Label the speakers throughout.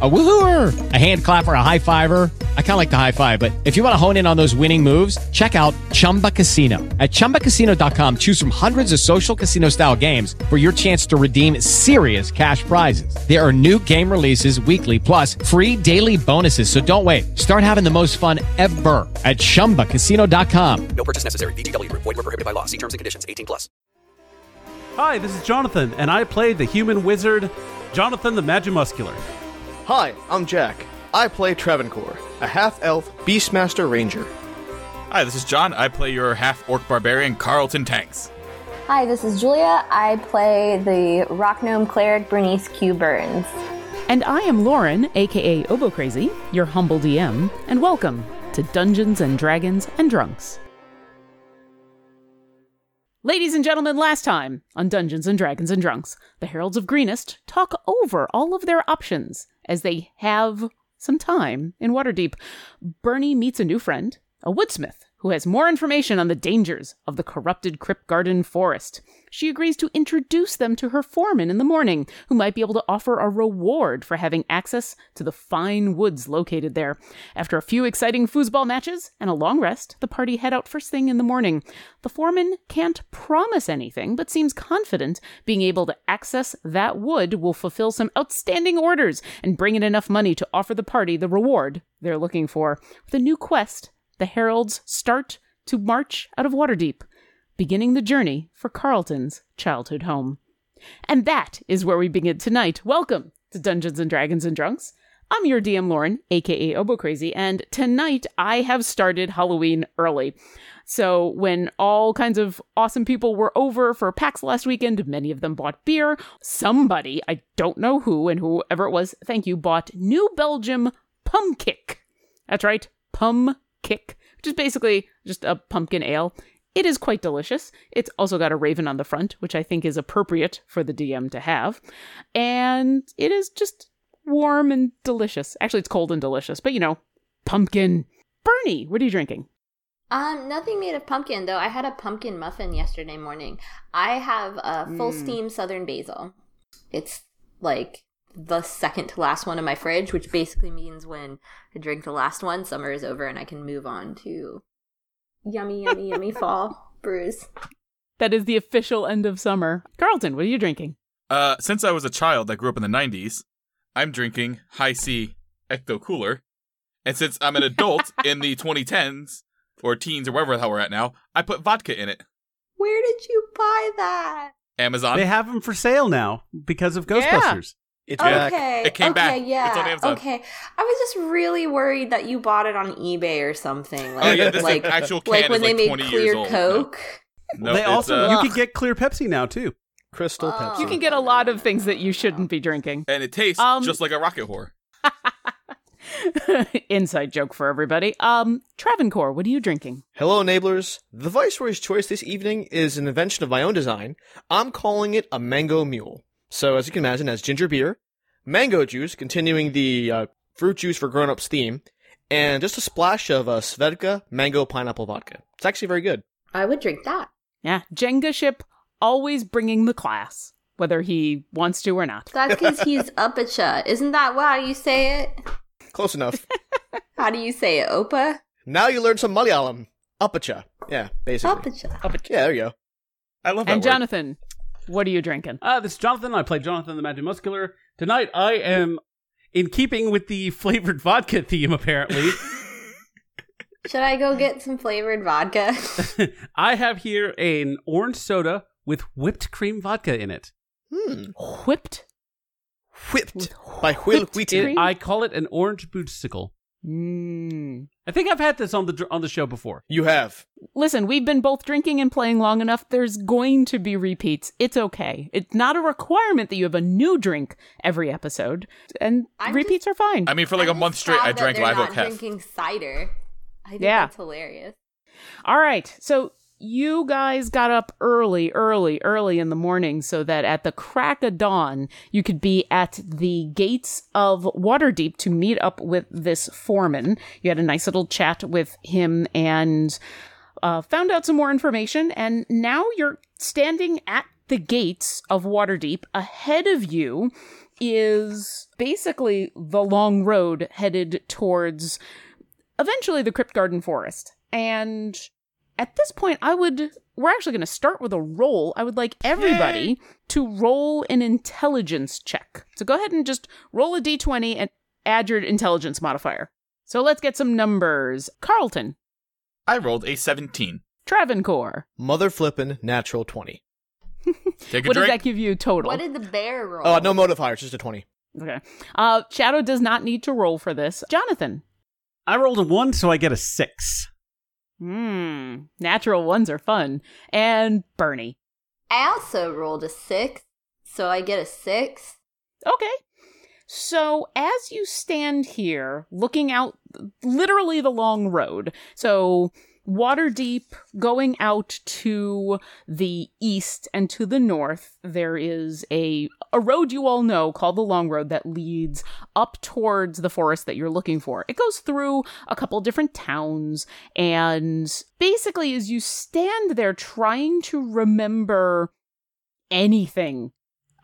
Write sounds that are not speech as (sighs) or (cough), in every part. Speaker 1: A woohooer, a hand clapper, a high fiver. I kind of like the high five, but if you want to hone in on those winning moves, check out Chumba Casino. At chumbacasino.com, choose from hundreds of social casino style games for your chance to redeem serious cash prizes. There are new game releases weekly, plus free daily bonuses. So don't wait. Start having the most fun ever at chumbacasino.com.
Speaker 2: No purchase necessary. VGW Group. Void were prohibited by law. See terms and conditions. 18 plus.
Speaker 3: Hi, this is Jonathan, and I play the human wizard, Jonathan the Magimuscular.
Speaker 4: Hi, I'm Jack. I play Travancore, a half elf Beastmaster Ranger.
Speaker 5: Hi, this is John. I play your half orc barbarian, Carlton Tanks.
Speaker 6: Hi, this is Julia. I play the rock gnome cleric Bernice Q. Burns.
Speaker 7: And I am Lauren, aka Obo Crazy, your humble DM, and welcome to Dungeons and Dragons and Drunks. Ladies and gentlemen, last time on Dungeons and Dragons and Drunks, the Heralds of Greenest talk over all of their options as they have some time in Waterdeep. Bernie meets a new friend, a woodsmith, who has more information on the dangers of the corrupted Crypt Garden Forest. She agrees to introduce them to her foreman in the morning, who might be able to offer a reward for having access to the fine woods located there. After a few exciting foosball matches and a long rest, the party head out first thing in the morning. The foreman can't promise anything, but seems confident being able to access that wood will fulfill some outstanding orders and bring in enough money to offer the party the reward they're looking for. With a new quest, the heralds start to march out of Waterdeep, beginning the journey for Carlton's childhood home. And that is where we begin tonight. Welcome to Dungeons and Dragons and Drunks. I'm your DM Lauren, aka Obo Crazy, and tonight I have started Halloween early. So when all kinds of awesome people were over for PAX last weekend, many of them bought beer. Somebody, I don't know who and whoever it was, thank you, bought New Belgium Pumkick. That's right, Pum Kick, which is basically just a pumpkin ale. It is quite delicious. It's also got a raven on the front, which I think is appropriate for the DM to have. And it is just warm and delicious. Actually, it's cold and delicious, but you know, pumpkin. Bernie, what are you drinking?
Speaker 6: Um, nothing made of pumpkin though. I had a pumpkin muffin yesterday morning. I have a full steam southern basil. It's like the second to last one in my fridge, which basically means when I drink the last one, summer is over and I can move on to yummy, yummy, (laughs) yummy fall brews.
Speaker 7: That is the official end of summer. Carlton, what are you drinking?
Speaker 5: Uh, since I was a child that grew up in the 90s, I'm drinking High C Ecto Cooler. And since I'm
Speaker 6: (laughs)
Speaker 5: an adult in the 2010s or teens or wherever the hell we're at now, I put vodka in it.
Speaker 6: Where did you buy that?
Speaker 5: Amazon.
Speaker 3: They have them for sale now because of
Speaker 7: Yeah.
Speaker 3: Ghostbusters.
Speaker 4: It's
Speaker 5: Yeah.
Speaker 4: back.
Speaker 6: Okay.
Speaker 5: It came
Speaker 6: okay,
Speaker 5: back.
Speaker 6: Yeah.
Speaker 5: It's on Amazon.
Speaker 6: Okay. I was just really worried that you bought it on eBay or something. Like,
Speaker 5: oh, yeah, this
Speaker 6: like,
Speaker 5: like, actual can
Speaker 6: like
Speaker 5: is
Speaker 6: when they
Speaker 5: like
Speaker 6: made
Speaker 5: 20 years
Speaker 6: clear
Speaker 5: old.
Speaker 6: Coke.
Speaker 5: No, no
Speaker 3: they
Speaker 5: it's,
Speaker 3: also
Speaker 5: uh,
Speaker 3: you can get clear Pepsi now too.
Speaker 4: Crystal
Speaker 6: Oh.
Speaker 4: Pepsi.
Speaker 7: Uh, You can get a lot of things that you shouldn't be drinking. (laughs)
Speaker 5: and it tastes
Speaker 7: Um,
Speaker 5: just like a rocket whore.
Speaker 7: Inside joke for everybody. Um, Travancore, what are you drinking?
Speaker 4: Hello, enablers. The Viceroy's choice this evening is an invention of my own design. I'm calling it a mango mule. So, as you can imagine, that's ginger beer, mango juice, continuing the uh, fruit juice for grown ups theme, and just a splash of uh, Svedka mango pineapple vodka. It's actually very good.
Speaker 6: I would drink that.
Speaker 7: Yeah, Jenga ship always bringing the class, whether he wants to or not.
Speaker 6: That's
Speaker 5: (laughs)
Speaker 6: because he's up at ya. Isn't that how you say it?
Speaker 4: Close
Speaker 7: (laughs)
Speaker 4: enough.
Speaker 6: How do you say it? Opa?
Speaker 4: now you learn some Malayalam. Upacha. Yeah, basically.
Speaker 6: Up at ya.
Speaker 4: Yeah, there you go.
Speaker 5: I love that
Speaker 7: And
Speaker 5: word.
Speaker 7: Jonathan, what are you drinking?
Speaker 3: Uh, this is Jonathan. I play Jonathan the Magic Muscular. Tonight I am in keeping with the (laughs) flavored vodka theme, apparently. (laughs)
Speaker 6: Should I go get some flavored vodka?
Speaker 3: I have here an orange soda with whipped cream vodka in it.
Speaker 4: Hmm.
Speaker 7: Whipped.
Speaker 4: Whipped by Will
Speaker 7: whipped
Speaker 4: Wheaton.
Speaker 7: cream?
Speaker 3: I call it an orange bootsicle.
Speaker 7: Mm.
Speaker 3: I think I've had this on the dr- on the show before.
Speaker 4: You have.
Speaker 7: Listen, we've been both drinking and playing long enough. There's going to be repeats. It's okay. It's not a requirement that you have a new drink every episode, and
Speaker 6: I'm
Speaker 7: repeats are fine.
Speaker 5: I mean, for (laughs) like a
Speaker 6: I'm
Speaker 5: month straight, I
Speaker 6: sad that
Speaker 5: drank
Speaker 6: they're
Speaker 5: live
Speaker 6: not
Speaker 5: oak hef.
Speaker 6: drinking cider. I think
Speaker 7: Yeah.
Speaker 6: that's hilarious.
Speaker 7: All right. So you guys got up early, early, early in the morning so that at the crack of dawn, you could be at the gates of Waterdeep to meet up with this foreman. You had a nice little chat with him and uh, found out some more information, and now you're standing at the gates of Waterdeep. Ahead of you is basically the long road headed towards eventually the Crypt Garden Forest. And at this point, I would. We're actually going to start with a roll. I would like everybody to roll an intelligence check. So go ahead and just roll a d20 and add your intelligence modifier. So let's get some numbers. Carlton,
Speaker 5: I rolled a 17.
Speaker 7: Travancore.
Speaker 4: Mother flippin' natural 20.
Speaker 5: Take a
Speaker 7: What does
Speaker 5: drink.
Speaker 7: that give you total?
Speaker 6: What did the bear roll?
Speaker 5: Uh,
Speaker 4: Oh, no modifiers, just a 20.
Speaker 7: okay. Uh, Shadow does not need to roll for this. Jonathan.
Speaker 3: I rolled a one, so I get a six.
Speaker 7: Hmm. Natural ones are fun. And Bernie.
Speaker 6: I also rolled a six, so I get a six.
Speaker 7: Okay. So as you stand here, looking out literally the long road, so Waterdeep going out to the east and to the north, there is a a road you all know called the Long Road that leads up towards the forest that you're looking for. It goes through a couple different towns and basically as you stand there trying to remember anything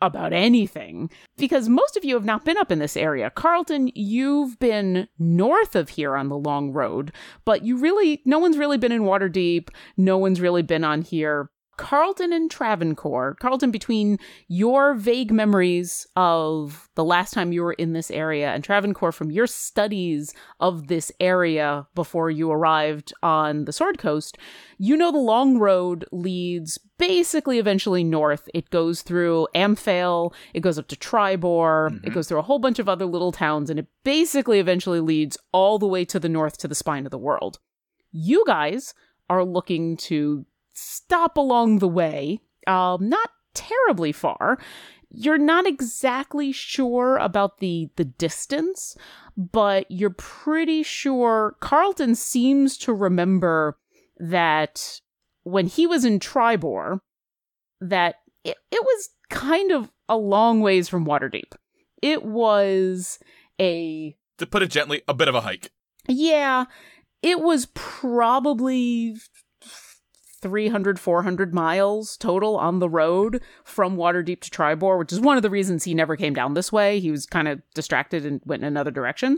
Speaker 7: about anything because most of you have not been up in this area. Carlton, you've been north of here on the long road, but you really, no one's really been in Waterdeep. No one's really been on here. Carlton and Travancore, Carlton, between your vague memories of the last time you were in this area and Travancore from your studies of this area before you arrived on the Sword Coast, you know the long road leads basically eventually north. It goes through Amphale, it goes up to Tribor, it goes through a whole bunch of other little towns, and it basically eventually leads all the way to the north to the spine of the world. You guys are looking to stop along the way, um, not terribly far. You're not exactly sure about the the distance, but you're pretty sure Carlton seems to remember that when he was in Tribor, that it, it was kind of a long ways from Waterdeep. It was a
Speaker 5: to put it gently, a bit of a hike.
Speaker 7: yeah, it was probably 300, 400 miles total on the road from Waterdeep to Tribor, which is one of the reasons he never came down this way. He was kind of distracted and went in another direction.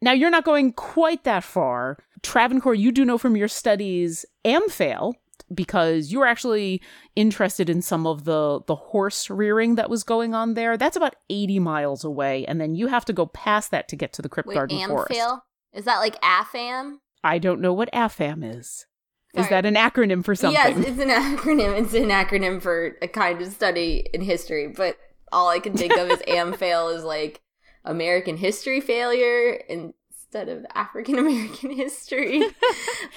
Speaker 7: Now, you're not going quite that far. Travancore, you do know from your studies Amphale, because you were actually interested in some of the the horse rearing that was going on there. That's about 80 miles away, and then you have to go past that to get to the Crypt
Speaker 6: Wait,
Speaker 7: Garden Forest.
Speaker 6: Amphale? Is that like AFAM?
Speaker 7: I don't know what AFAM is. Is
Speaker 6: Sorry.
Speaker 7: that an acronym for something?
Speaker 6: Yes,
Speaker 7: (laughs)
Speaker 6: it's an acronym. (laughs) It's an acronym for a kind of study in history, but all I can think of
Speaker 7: (laughs)
Speaker 6: is AMFAIL is like American history failure instead of African American (laughs)
Speaker 7: (laughs)
Speaker 6: history.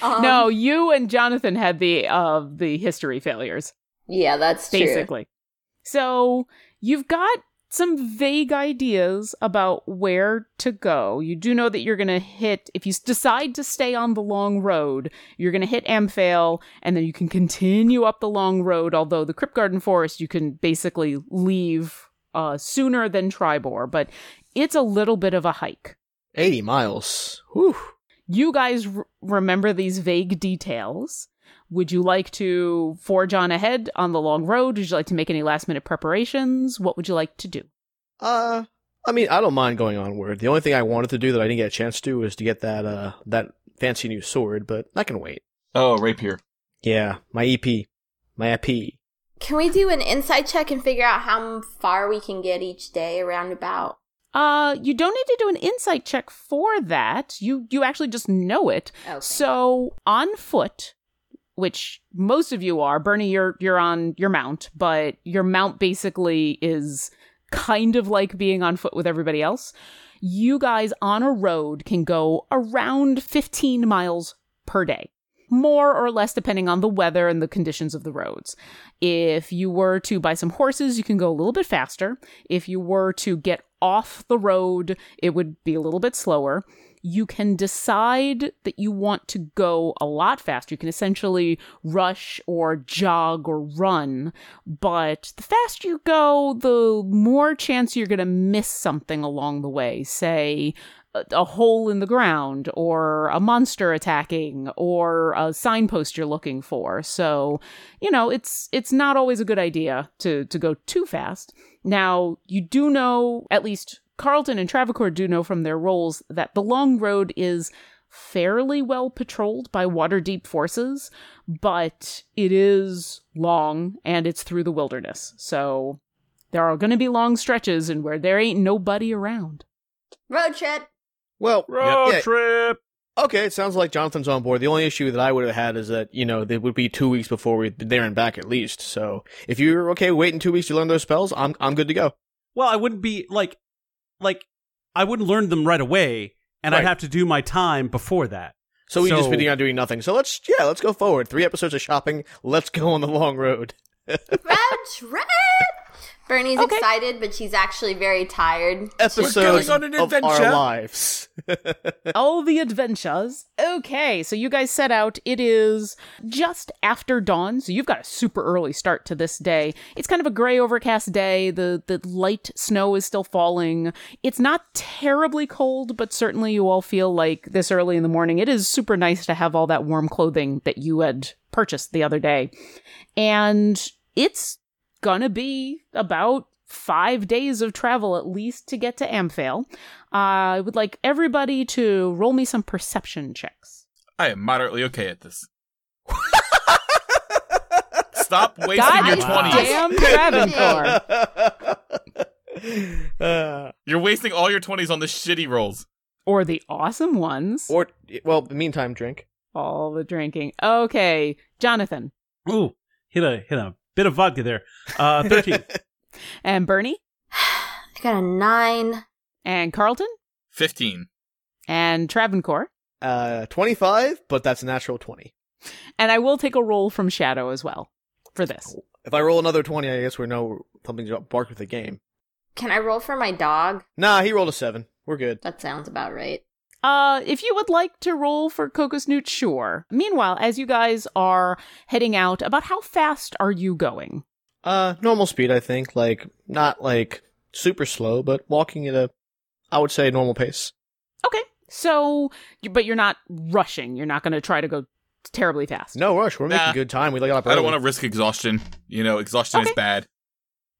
Speaker 6: Um,
Speaker 7: no, you and Jonathan had the uh, the history failures,
Speaker 6: Yeah, that's true.
Speaker 7: basically. So you've got some vague ideas about where to go. You do know that you're going to hit if you s- decide to stay on the long road, you're going to hit Amphale, and then you can continue up the long road. Although the Crypt Garden Forest, you can basically leave uh, sooner than Tribor, but it's a little bit of a hike.
Speaker 4: 80 miles. Whew.
Speaker 7: you guys r- remember these vague details. Would you like to forge on ahead on the long road? Would you like to make any last minute preparations? What would you like to do?
Speaker 4: Uh, I mean, I don't mind going onward. The only thing I wanted to do that I didn't get a chance to was to get that, uh, that fancy new sword, but I can wait.
Speaker 5: Oh, rapier.
Speaker 4: Yeah, my EP. My E EP.
Speaker 6: Can we do an insight check and figure out how far we can get each day around about?
Speaker 7: Uh, you don't need to do an insight check for that. You you actually just know it.
Speaker 6: Okay.
Speaker 7: So on foot, which most of you are, Bernie, you're you're on your mount, but your mount basically is kind of like being on foot with everybody else. You guys on a road can go around 15 miles per day. More or less depending on the weather and the conditions of the roads. If you were to buy some horses, you can go a little bit faster. If you were to get off the road, it would be a little bit slower. You can decide that you want to go a lot faster. You can essentially rush or jog or run, but the faster you go, the more chance you're going to miss something along the way. Say, a, a hole in the ground or a monster attacking or a signpost you're looking for. So, you know, it's it's not always a good idea to to go too fast. Now, you do know at least Carlton and Travancore do know from their roles that the long road is fairly well patrolled by water deep forces, but it is long and it's through the wilderness. So there are going to be long stretches and where there ain't nobody around.
Speaker 6: Road trip.
Speaker 4: Well,
Speaker 3: Road
Speaker 4: yeah,
Speaker 3: trip.
Speaker 4: okay, it sounds like Jonathan's on board. The only issue that I would have had is that, you know, it would be two weeks before we're there and back at least. So if you're okay waiting two weeks to learn those spells, I'm, I'm good to go.
Speaker 3: Well, I wouldn't be like, like, I wouldn't learn them right away, and
Speaker 4: Right.
Speaker 3: I'd have to do my time before that.
Speaker 4: So we
Speaker 3: So-
Speaker 4: just be on doing nothing. So let's, yeah, let's go forward. Three episodes of shopping. Let's go on the long road.
Speaker 6: Road
Speaker 7: (laughs)
Speaker 6: trip. Bernie's
Speaker 7: Okay.
Speaker 6: excited, but she's actually very tired.
Speaker 4: Episode
Speaker 5: on an
Speaker 4: of our
Speaker 5: adventure.
Speaker 4: lives.
Speaker 7: All the adventures. Okay, so you guys set out. It is just after dawn, so you've got a super early start to this day. It's kind of a gray overcast day. The the light snow is still falling. It's not terribly cold, but certainly you all feel like this early in the morning. It is super nice to have all that warm clothing that you had purchased the other day. And it's gonna be about five days of travel at least to get to Amphale. I would like everybody to roll me some perception checks.
Speaker 5: I am moderately okay at
Speaker 7: (laughs)
Speaker 5: this. Stop wasting
Speaker 7: God
Speaker 5: your
Speaker 6: damn.
Speaker 5: 20s.
Speaker 7: damn Travancore.
Speaker 4: (laughs) Uh,
Speaker 5: You're wasting all your 20s on the shitty rolls.
Speaker 7: Or the awesome ones.
Speaker 4: or, well, meantime, drink.
Speaker 7: All the drinking. Okay, Jonathan
Speaker 3: Ooh, hit a hit a bit of vodka there. (laughs) Uh, thirteen.
Speaker 7: and Bernie
Speaker 6: I got a nine.
Speaker 7: and Carlton
Speaker 5: 15.
Speaker 7: and Travancore.
Speaker 4: Uh, 25, but that's a natural 20.
Speaker 7: And I will take a roll from Shadow as well for this.
Speaker 4: If I roll another 20, I guess we know something's barked with the game.
Speaker 6: Can I roll for my dog?
Speaker 4: Nah, he rolled a 7. We're good.
Speaker 6: That sounds about right.
Speaker 7: Uh, if you would like to roll for Cocos Newt, sure. Meanwhile, as you guys are heading out, about how fast are you going?
Speaker 4: Uh, normal speed, I think. Like, not like super slow, but walking at a, I would say, normal pace.
Speaker 7: Okay, so, but you're not rushing. You're not going to try to go terribly fast.
Speaker 4: No rush. We're making
Speaker 5: Nah.
Speaker 4: good time. We got up
Speaker 5: I don't
Speaker 4: early.
Speaker 5: want to risk exhaustion. You know, exhaustion
Speaker 7: Okay.
Speaker 5: is bad.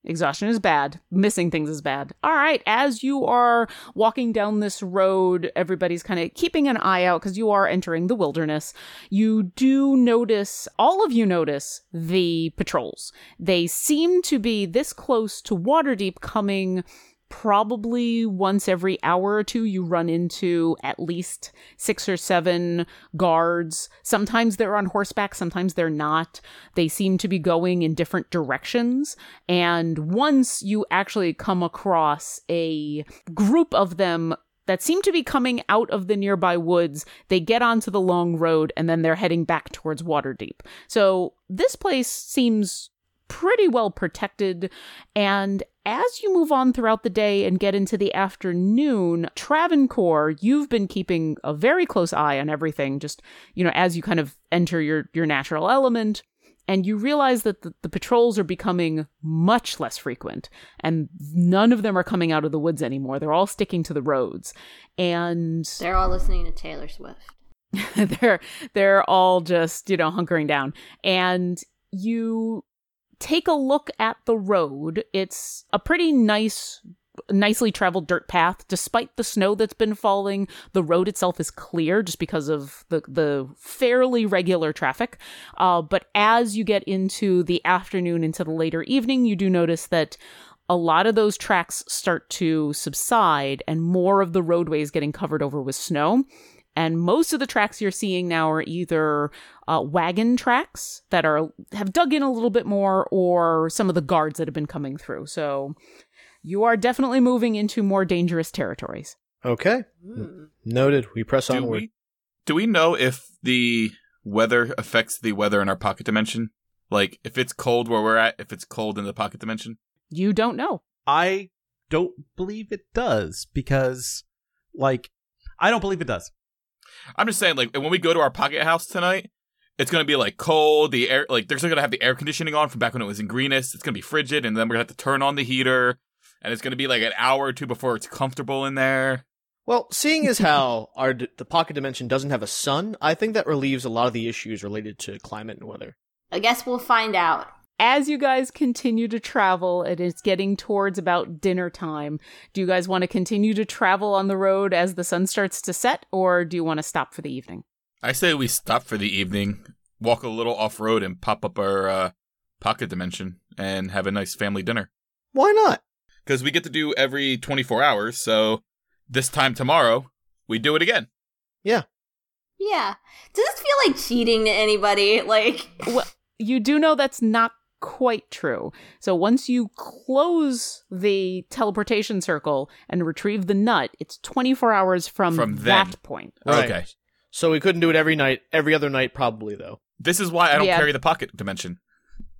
Speaker 7: Exhaustion is bad. Missing things is bad. All right. As you are walking down this road, everybody's kind of keeping an eye out because you are entering the wilderness. You do notice, all of you notice the patrols. They seem to be this close to Waterdeep coming probably once every hour or two you run into at least six or seven guards sometimes they're on horseback sometimes they're not they seem to be going in different directions and once you actually come across a group of them that seem to be coming out of the nearby woods. They get onto the long road and then they're heading back towards Waterdeep. So this place seems pretty well protected. And as you move on throughout the day and get into the afternoon, Travancore, you've been keeping a very close eye on everything, just, you know, as you kind of enter your, your natural element. And you realize that the, the patrols are becoming much less frequent, and none of them are coming out of the woods anymore. They're all sticking to the roads. And
Speaker 6: They're all listening to Taylor Swift.
Speaker 7: (laughs) they're they're all just you know hunkering down and you take a look at the road it's a pretty nice nicely traveled dirt path despite the snow that's been falling the road itself is clear just because of the the fairly regular traffic uh, but as you get into the afternoon into the later evening you do notice that a lot of those tracks start to subside and more of the roadway is getting covered over with snow and most of the tracks you're seeing now are either uh, wagon tracks that are have dug in a little bit more or some of the guards that have been coming through so you are definitely moving into more dangerous territories
Speaker 4: Okay. Noted. Hmm. We press
Speaker 5: Do
Speaker 4: onward.
Speaker 5: we, do we know if the weather affects the weather in our pocket dimension? Like, if it's cold where we're at, if it's cold in the pocket dimension?
Speaker 7: you don't know
Speaker 3: I don't believe it does because, like, I don't believe it does.
Speaker 5: I'm just saying, like, when we go to our pocket house tonight, it's gonna be like cold. The air, like, they're still gonna have the air conditioning on from back when it was in Greenest. It's gonna be frigid, and then we're gonna have to turn on the heater, and it's gonna be like an hour or two before it's comfortable in there.
Speaker 4: Well, seeing as how (laughs) our d- the pocket dimension doesn't have a sun, I think that relieves a lot of the issues related to climate and weather.
Speaker 6: I guess we'll find out.
Speaker 7: As you guys continue to travel, and it's getting towards about dinner time, do you guys want to continue to travel on the road as the sun starts to set, or do you want to stop for the evening?
Speaker 5: I say we stop for the evening, walk a little off road, and pop up our uh, pocket dimension and have a nice family dinner.
Speaker 4: Why not?
Speaker 5: Because we get to do every 24 hours, so this time tomorrow, we do it again.
Speaker 6: Yeah. Does this feel like cheating to anybody? (laughs) Like,
Speaker 7: Well, you do know that's not quite true. So once you close the teleportation circle and retrieve the nut, it's 24 hours from,
Speaker 5: From then.
Speaker 7: that point.
Speaker 4: Right.
Speaker 5: Okay.
Speaker 4: So we couldn't do it every night, every other night probably though.
Speaker 5: This is why I don't
Speaker 7: Yeah.
Speaker 5: carry the pocket dimension.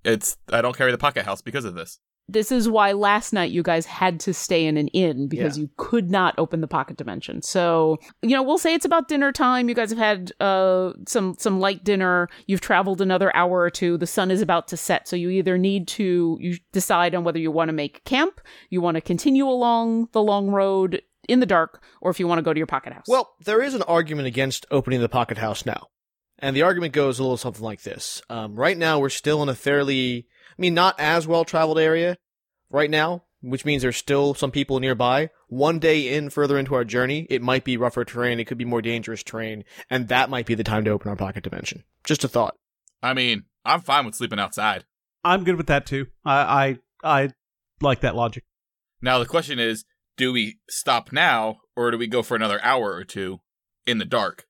Speaker 5: It's I don't carry the pocket house because of this.
Speaker 7: This is why last night you guys had to stay in an inn because
Speaker 4: Yeah.
Speaker 7: you could not open the pocket dimension. So, you know, we'll say it's about dinner time. You guys have had uh, some some light dinner. You've traveled another hour or two. The sun is about to set, so you either need to you decide on whether you want to make camp, you want to continue along the long road in the dark, or if you want to go to your pocket house.
Speaker 4: Well, there is an argument against opening the pocket house now. And the argument goes a little something like this. Um, right now, we're still in a fairly, I mean, not as well traveled area right now, which means there's still some people nearby. One day in further into our journey, it might be rougher terrain, it could be more dangerous terrain, and that might be the time to open our pocket dimension. Just a thought.
Speaker 5: I mean, I'm fine with sleeping outside.
Speaker 3: I'm good with that too. I I, I like that logic.
Speaker 5: Now the question is, do we stop now or do we go for another hour or two in the dark?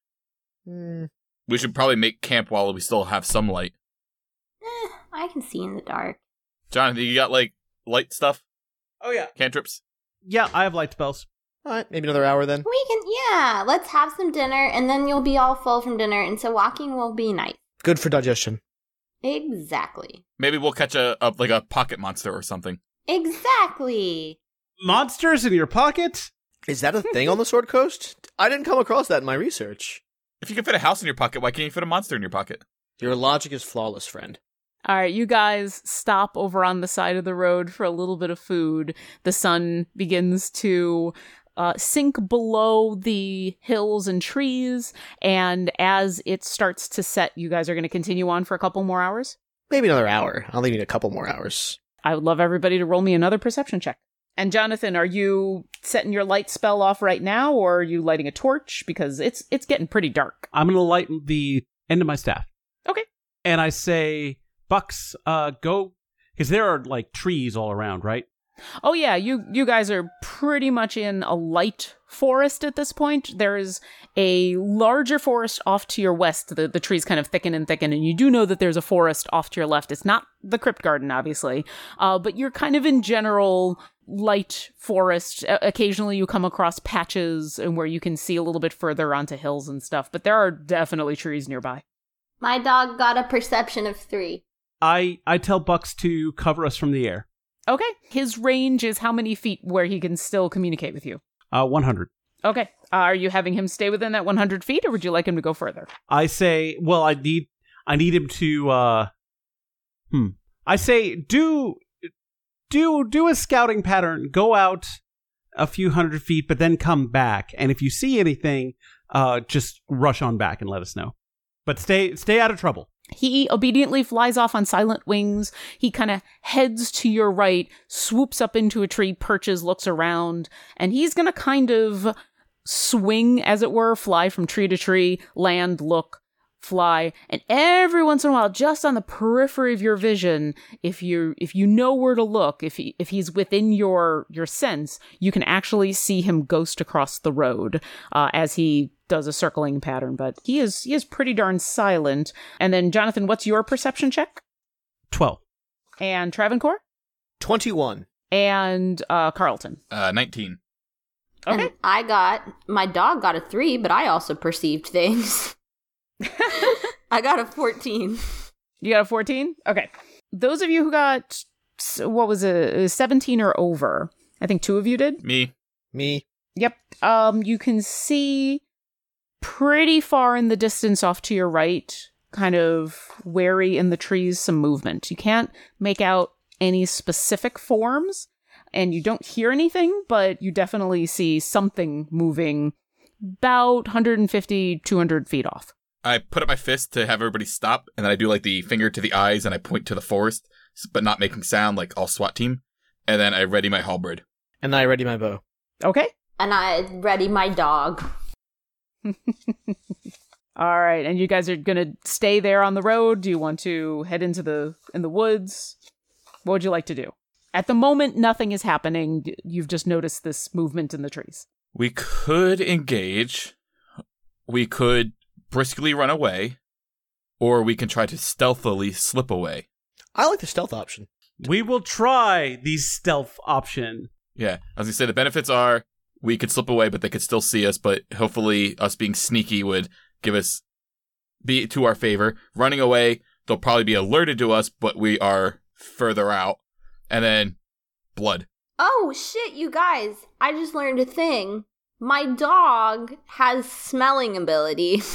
Speaker 4: Hmm.
Speaker 5: We should probably make camp while we still have some light.
Speaker 6: eh, I can see in the dark.
Speaker 5: Jonathan, you got like light stuff,
Speaker 3: Oh yeah.
Speaker 5: cantrips?
Speaker 3: Yeah, I have light spells.
Speaker 4: All right, maybe another hour then.
Speaker 6: We can, yeah, let's have some dinner and then you'll be all full from dinner. And so walking will be nice.
Speaker 4: Good for digestion.
Speaker 6: Exactly.
Speaker 5: Maybe we'll catch a, a like a pocket monster or something.
Speaker 6: Exactly.
Speaker 3: Monsters in your pocket?
Speaker 4: Is that a thing on the Sword Coast? I didn't come across that in my research.
Speaker 5: If you can fit a house in your pocket, why can't you fit a monster in your pocket?
Speaker 4: Your logic is flawless, friend.
Speaker 7: All right, you guys stop over on the side of the road for a little bit of food. The sun begins to uh, sink below the hills and trees, and as it starts to set, you guys are going to continue on for a couple more hours.
Speaker 4: Maybe another hour. I'll leave you a couple more hours.
Speaker 7: I would love everybody to roll me another perception check. And Jonathan, are you setting your light spell off right now, or are you lighting a torch because it's it's getting pretty dark?
Speaker 3: I'm gonna light the end of my staff.
Speaker 7: Okay.
Speaker 3: And I say, Bucks, uh, go, because there are like trees all around, right?
Speaker 7: Oh yeah, you you guys are pretty much in a light forest at this point. There is a larger forest off to your west. The the trees kind of thicken and thicken, and you do know that there's a forest off to your left. It's not the crypt garden, obviously, uh, but you're kind of in general light forest. O- occasionally, you come across patches and where you can see a little bit further onto hills and stuff. But there are definitely trees nearby.
Speaker 6: My dog got a perception of three.
Speaker 3: I I tell Bucks to cover us from the air.
Speaker 7: Okay, his range is how many feet where he can still communicate with you.
Speaker 3: Uh, 100.
Speaker 7: Okay. Uh, are you having him stay within that 100 feet, or would you like him to go further?
Speaker 3: I say, well, I need I need him to uh hmm. I say do do do a scouting pattern, go out a few hundred feet but then come back and if you see anything, uh just rush on back and let us know. But stay stay out of trouble.
Speaker 7: He obediently flies off on silent wings. He kind of heads to your right, swoops up into a tree, perches, looks around, and he's going to kind of swing, as it were, fly from tree to tree, land, look, fly and every once in a while just on the periphery of your vision if you if you know where to look if he, if he's within your your sense you can actually see him ghost across the road uh, as he does a circling pattern but he is he is pretty darn silent and then jonathan what's your perception check
Speaker 3: 12.
Speaker 7: and travancore
Speaker 4: 21.
Speaker 7: and uh carlton
Speaker 5: Uh, 19.
Speaker 7: okay
Speaker 6: And I got, my dog got a three, but I also perceived things. (laughs) I got a 14.
Speaker 7: You got a 14? Okay. Those of you who got, s- what was it, 17 or over, I think two of you did.
Speaker 5: Me.
Speaker 4: Me.
Speaker 7: Yep. Um, you can see pretty far in the distance off to your right, kind of wary in the trees, some movement. You can't make out any specific forms. and you don't hear anything, but you definitely see something moving about 150, 200 feet off.
Speaker 5: I put up my fist to have everybody stop, and then I do like the finger to the eyes, and I point to the forest, s- but not making sound like all SWAT team. And then I ready my halberd.
Speaker 4: And I ready my bow.
Speaker 7: Okay?
Speaker 6: And I ready my dog.
Speaker 7: All right, and you guys are gonna stay there on the road. Do you want to head into the in the woods? What would you like to do? At the moment, nothing is happening. D- You've just noticed this movement in the trees.
Speaker 5: We could engage. We could briskly run away, or we can try to stealthily slip away.
Speaker 4: I like the stealth option. (laughs)
Speaker 3: We will try the stealth option.
Speaker 5: Yeah, as you say, the benefits are we could slip away, but they could still see us. But hopefully, us being sneaky would give us be to our favor. Running away, they'll probably be alerted to us, but we are further out. And then blood.
Speaker 6: Oh shit, you guys! I just learned a thing. My dog has smelling ability. (laughs)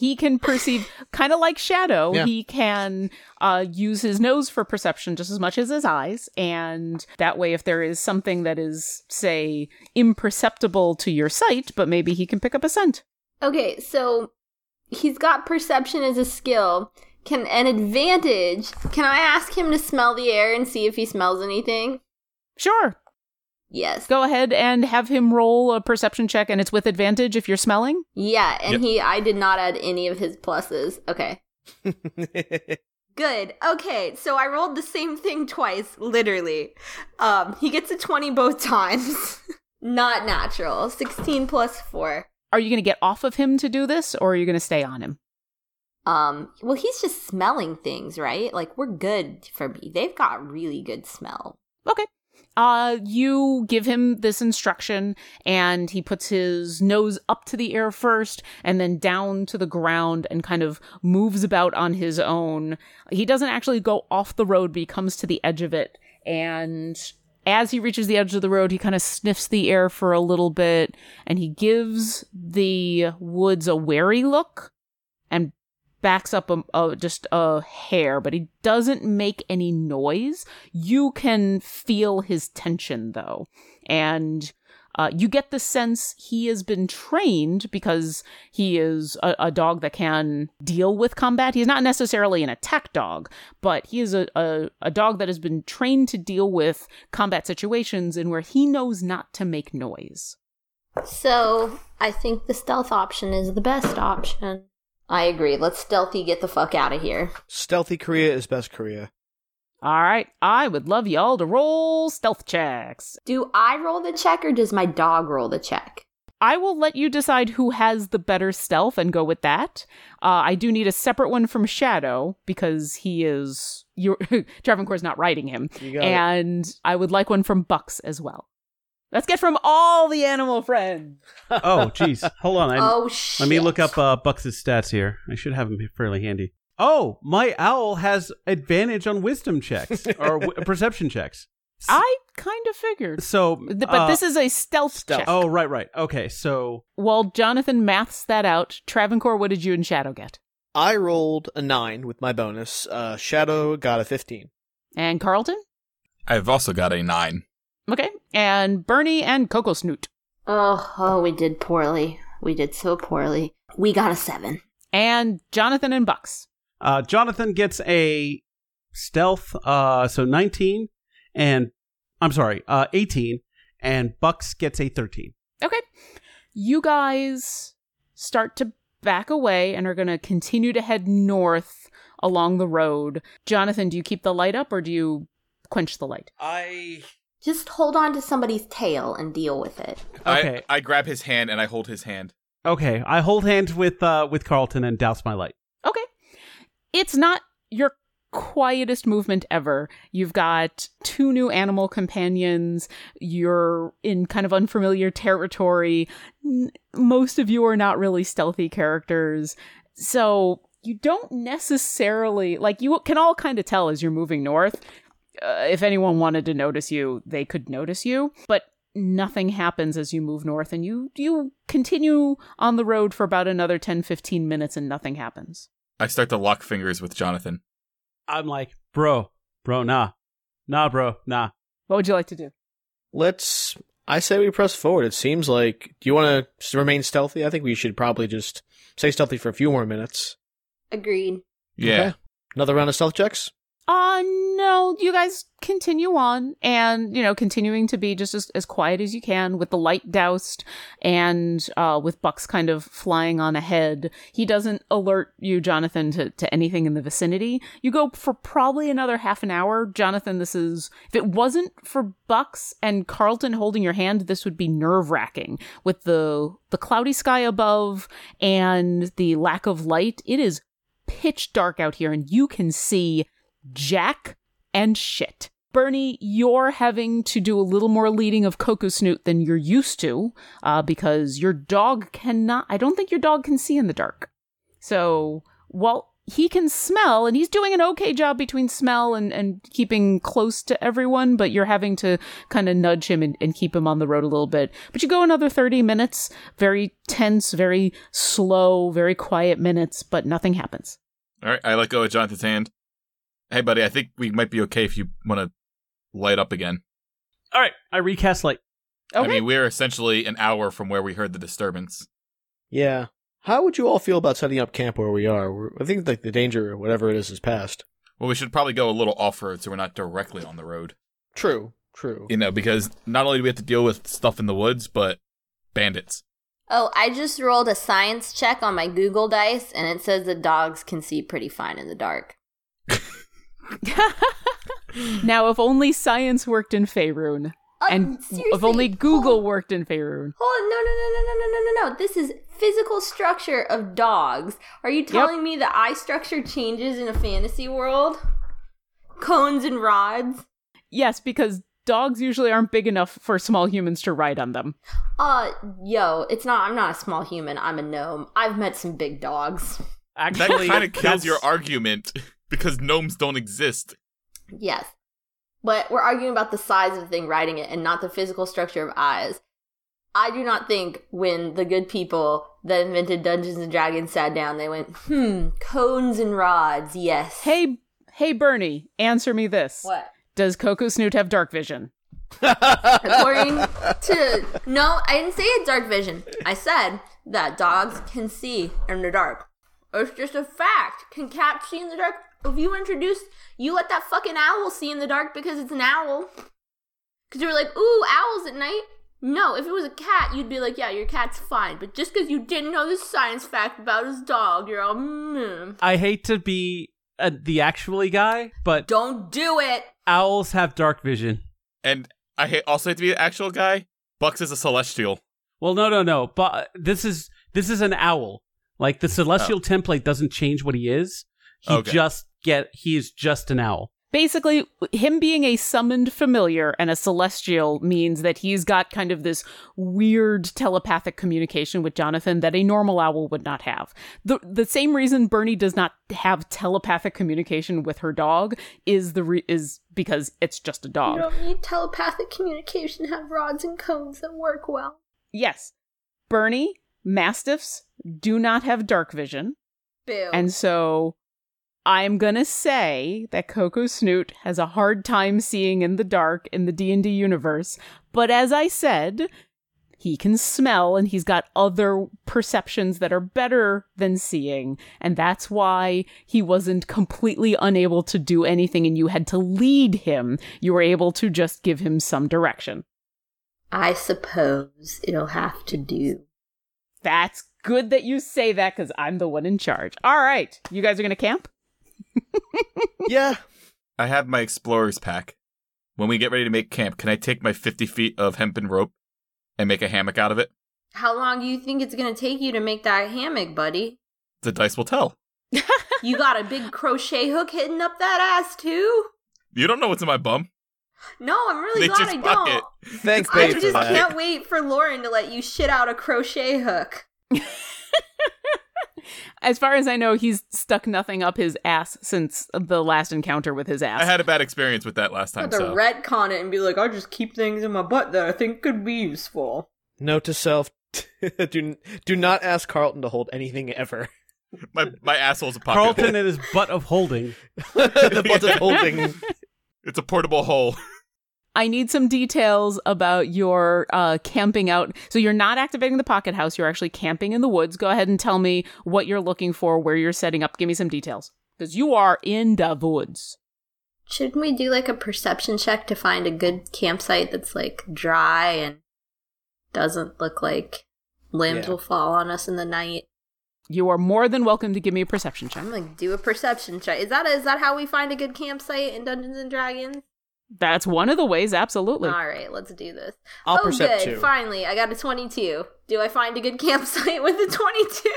Speaker 7: He can perceive, kind of like Shadow.
Speaker 4: Yeah.
Speaker 7: He can uh, use his nose for perception just as much as his eyes, and that way, if there is something that is, say, imperceptible to your sight, but maybe he can pick up a scent.
Speaker 6: okay, so he's got perception as a skill. Can an advantage? Can I ask him to smell the air and see if he smells anything?
Speaker 7: Sure,
Speaker 6: Yes.
Speaker 7: go ahead and have him roll a perception check, and it's with advantage if you're smelling.
Speaker 6: Yeah, and
Speaker 5: Yep.
Speaker 6: he I did not add any of his pluses. Okay. Good. Okay, so I rolled the same thing twice, literally. Um, he gets a 20 both (laughs) times. Not natural. 16 plus 4.
Speaker 7: Are you going to get off of him to do this, or are you going to stay on him?
Speaker 6: Um, well, he's just smelling things, right? Like we're good for me. They've got really good smell.
Speaker 7: Okay. Uh, you give him this instruction, and he puts his nose up to the air first, and then down to the ground, and kind of moves about on his own. He doesn't actually go off the road, but he comes to the edge of it, and as he reaches the edge of the road, he kind of sniffs the air for a little bit, and he gives the woods a wary look, and backs up a, a, just a hair, but he doesn't make any noise. You can feel his tension though, and uh, you get the sense he has been trained because he is a, a dog that can deal with combat. He's not necessarily an attack dog, but he is a, a, a dog that has been trained to deal with combat situations and where he knows not to make noise.
Speaker 6: So I think the stealth option is the best option. I agree. Let's stealthy get the fuck out of here.
Speaker 4: Stealthy Korea is best Korea.
Speaker 7: All right, I would love y'all to roll stealth checks.
Speaker 6: Do I roll the check or does my dog roll the check?
Speaker 7: I will let you decide who has the better stealth and go with that. Uh, I do need a separate one from Shadow because he is you (laughs) Travancore's not riding him,
Speaker 4: You got it.
Speaker 7: and I would like one from Bucks as well. Let's get from all the animal friends. (laughs)
Speaker 3: Oh, jeez. Hold on. I,
Speaker 6: oh shit.
Speaker 3: let me look up uh, Bucks' stats here. I should have them fairly handy. Oh, my owl has advantage on wisdom
Speaker 7: (laughs)
Speaker 3: checks or w- perception checks.
Speaker 7: I kind of figured,
Speaker 3: So,
Speaker 7: Th- but
Speaker 3: uh,
Speaker 7: this is a stealth,
Speaker 4: stealth.
Speaker 7: check.
Speaker 3: Oh, right, right. Okay, so
Speaker 7: While Jonathan maths that out, Travancore, what did you and Shadow get?
Speaker 4: I rolled a nine with my bonus. Uh, Shadow got a fifteen.
Speaker 7: And Carlton,
Speaker 5: I've also got a nine.
Speaker 7: okay, and Bernie and Coco Snoot.
Speaker 6: Oh, oh, we did poorly. We did so poorly. We got a seven.
Speaker 7: and Jonathan and Bucks.
Speaker 3: uh, Jonathan gets a stealth, uh, so 19, and I'm sorry, uh, 18, and Bucks gets a 13.
Speaker 7: Okay. You guys start to back away and are going to continue to head north along the road. Jonathan, do you keep the light up or do you quench the light?
Speaker 3: I.
Speaker 6: Just hold on to somebody's tail and deal with it.
Speaker 3: Okay.
Speaker 5: I, I grab his hand and I hold his hand.
Speaker 3: Okay, I hold hands with uh, with Carlton and douse my light.
Speaker 7: Okay. It's not your quietest movement ever. You've got two new animal companions. You're in kind of unfamiliar territory. N- Most of you are not really stealthy characters. So you don't necessarily, like, you can all kind of tell as you're moving north. Uh, if anyone wanted to notice you, they could notice you. But nothing happens as you move north and you you continue on the road for about another 10 15 minutes and nothing happens.
Speaker 5: I start to lock fingers with Jonathan.
Speaker 3: I'm like, bro, bro, nah, nah, bro, nah.
Speaker 7: What would you like to do?
Speaker 4: Let's. I say we press forward. It seems like. Do you want to remain stealthy? I think we should probably just stay stealthy for a few more minutes.
Speaker 6: Agreed.
Speaker 5: Yeah.
Speaker 4: Okay. Another round of stealth checks.
Speaker 7: Uh no, you guys continue on and you know, continuing to be just as, as quiet as you can with the light doused and uh with Bucks kind of flying on ahead. He doesn't alert you, Jonathan, to, to anything in the vicinity. You go for probably another half an hour. Jonathan, this is if it wasn't for Bucks and Carlton holding your hand, this would be nerve wracking. With the the cloudy sky above and the lack of light, it is pitch dark out here and you can see jack and shit. Bernie, you're having to do a little more leading of Coco Snoot than you're used to uh, because your dog cannot, I don't think your dog can see in the dark. So, well, he can smell and he's doing an okay job between smell and, and keeping close to everyone, but you're having to kind of nudge him and, and keep him on the road a little bit. But you go another 30 minutes, very tense, very slow, very quiet minutes, but nothing happens.
Speaker 5: All right. I let go of Jonathan's hand. Hey, buddy, I think we might be okay if you want to light up again.
Speaker 3: All right, I recast light.
Speaker 5: I mean, we're essentially an hour from where we heard the disturbance.
Speaker 4: Yeah. How would you all feel about setting up camp where we are? We're, I think like the danger, or whatever it is, is past.
Speaker 5: Well, we should probably go a little off road so we're not directly on the road.
Speaker 4: True. True.
Speaker 5: You know, because not only do we have to deal with stuff in the woods, but bandits.
Speaker 6: Oh, I just rolled a science check on my Google dice, and it says the dogs can see pretty fine in the dark.
Speaker 7: (laughs) Now, if only science worked in Faerun,
Speaker 6: Uh,
Speaker 7: and if
Speaker 6: seriously,
Speaker 7: only Google
Speaker 6: hold-
Speaker 7: worked in Faerun.
Speaker 6: Hold on, no, no, no, no, no, no, no, no, no. This is physical structure of dogs. Are you telling me the eye structure changes in a fantasy world? Cones and rods?
Speaker 7: Yes, because dogs usually aren't big enough for small humans to ride on them.
Speaker 6: Uh, yo, it's not, I'm not a small human, I'm a gnome. I've met some big dogs.
Speaker 5: That
Speaker 3: Actually,
Speaker 5: kind of kills
Speaker 3: that's-
Speaker 5: your argument (laughs) because gnomes don't exist.
Speaker 6: Yes. But we're arguing about the size of the thing riding it and not the physical structure of eyes. I do not think when the good people that invented Dungeons and Dragons sat down, they went, hmm, cones and rods, yes.
Speaker 7: Hey, hey, Bernie, answer me this:
Speaker 6: What?
Speaker 7: Does Coco Snoot have dark vision?
Speaker 6: According to. No, I didn't say it's dark vision. I said that dogs can see in the dark. It's just a fact. Can cats see in the dark? If you introduced. You let that fucking owl see in the dark because it's an owl. Because you were like, ooh, owls at night. No, if it was a cat, you'd be like, yeah, your cat's fine. But just because you didn't know this science fact about his dog, you're all, mmm.
Speaker 3: I hate to be uh, the actually guy, but
Speaker 6: Don't do it.
Speaker 3: owls have dark vision.
Speaker 5: And I ha- also have to be an actual guy. Bucks is a celestial.
Speaker 3: Well, no, no, no. But this is this is an owl. Like the celestial template doesn't change what he is. He
Speaker 5: Oh. Okay.
Speaker 3: just get he is just an owl.
Speaker 7: Basically, him being a summoned familiar and a celestial means that he's got kind of this weird telepathic communication with Jonathan that a normal owl would not have. The the same reason Bernie does not have telepathic communication with her dog is the re- is because it's just a dog.
Speaker 6: You don't need telepathic communication to have rods and cones that work well.
Speaker 7: Yes. Bernie, mastiffs do not have dark vision.
Speaker 6: Boo.
Speaker 7: And so I'm going to say that Coco Snoot has a hard time seeing in the dark in the D&D universe, but as I said, he can smell and he's got other perceptions that are better than seeing, and that's why he wasn't completely unable to do anything and you had to lead him. You were able to just give him some direction.
Speaker 6: I suppose it'll have to do.
Speaker 7: That's good that you say that because I'm the one in charge. All right. You guys are going to camp?
Speaker 4: yeah.
Speaker 5: I have my explorer's pack. When we get ready to make camp, can I take my 50 feet of hempen rope and make a hammock out of it?
Speaker 6: How long do you think it's gonna take you to make that hammock, buddy?
Speaker 5: The dice will tell.
Speaker 6: You got a big crochet hook hidden up that ass too?
Speaker 5: You don't know what's in my bum.
Speaker 6: No, I'm really
Speaker 5: They
Speaker 6: glad
Speaker 5: just
Speaker 6: I
Speaker 5: fuck
Speaker 6: don't.
Speaker 4: Thanks,
Speaker 6: I
Speaker 4: babe, for
Speaker 6: just
Speaker 4: that.
Speaker 6: can't wait for Lauren to let you shit out a crochet hook.
Speaker 7: As far as I know, he's stuck nothing up his ass since the last encounter with his ass.
Speaker 5: I had a bad experience with that last time.
Speaker 6: Have to
Speaker 5: So.
Speaker 6: retcon it and be like, I'll just keep things in my butt that I think could be useful.
Speaker 4: Note to self: (laughs) do do not ask Carlton to hold anything ever.
Speaker 5: my, my asshole's a pocket.
Speaker 3: Carlton
Speaker 5: hole.
Speaker 3: and his butt of holding.
Speaker 5: (laughs)
Speaker 4: the butt of holding.
Speaker 5: It's a portable hole.
Speaker 7: I need some details about your uh, camping out. So you're not activating the pocket house. You're actually camping in the woods. Go ahead and tell me what you're looking for, where you're setting up. Give me some details because you are in the woods.
Speaker 6: Shouldn't we do like a perception check to find a good campsite that's like dry and doesn't look like limbs
Speaker 4: Yeah.
Speaker 6: will fall on us in the night?
Speaker 7: You are more than welcome to give me a perception check.
Speaker 6: I'm gonna do a perception check. Is that is that how we find a good campsite in Dungeons and Dragons?
Speaker 7: That's one of the ways, absolutely.
Speaker 6: All right, let's do this.
Speaker 4: I'll
Speaker 6: oh,
Speaker 4: percept
Speaker 6: good.
Speaker 4: too.
Speaker 6: Finally, I got a 22. Do I find a good (laughs) campsite with a 22?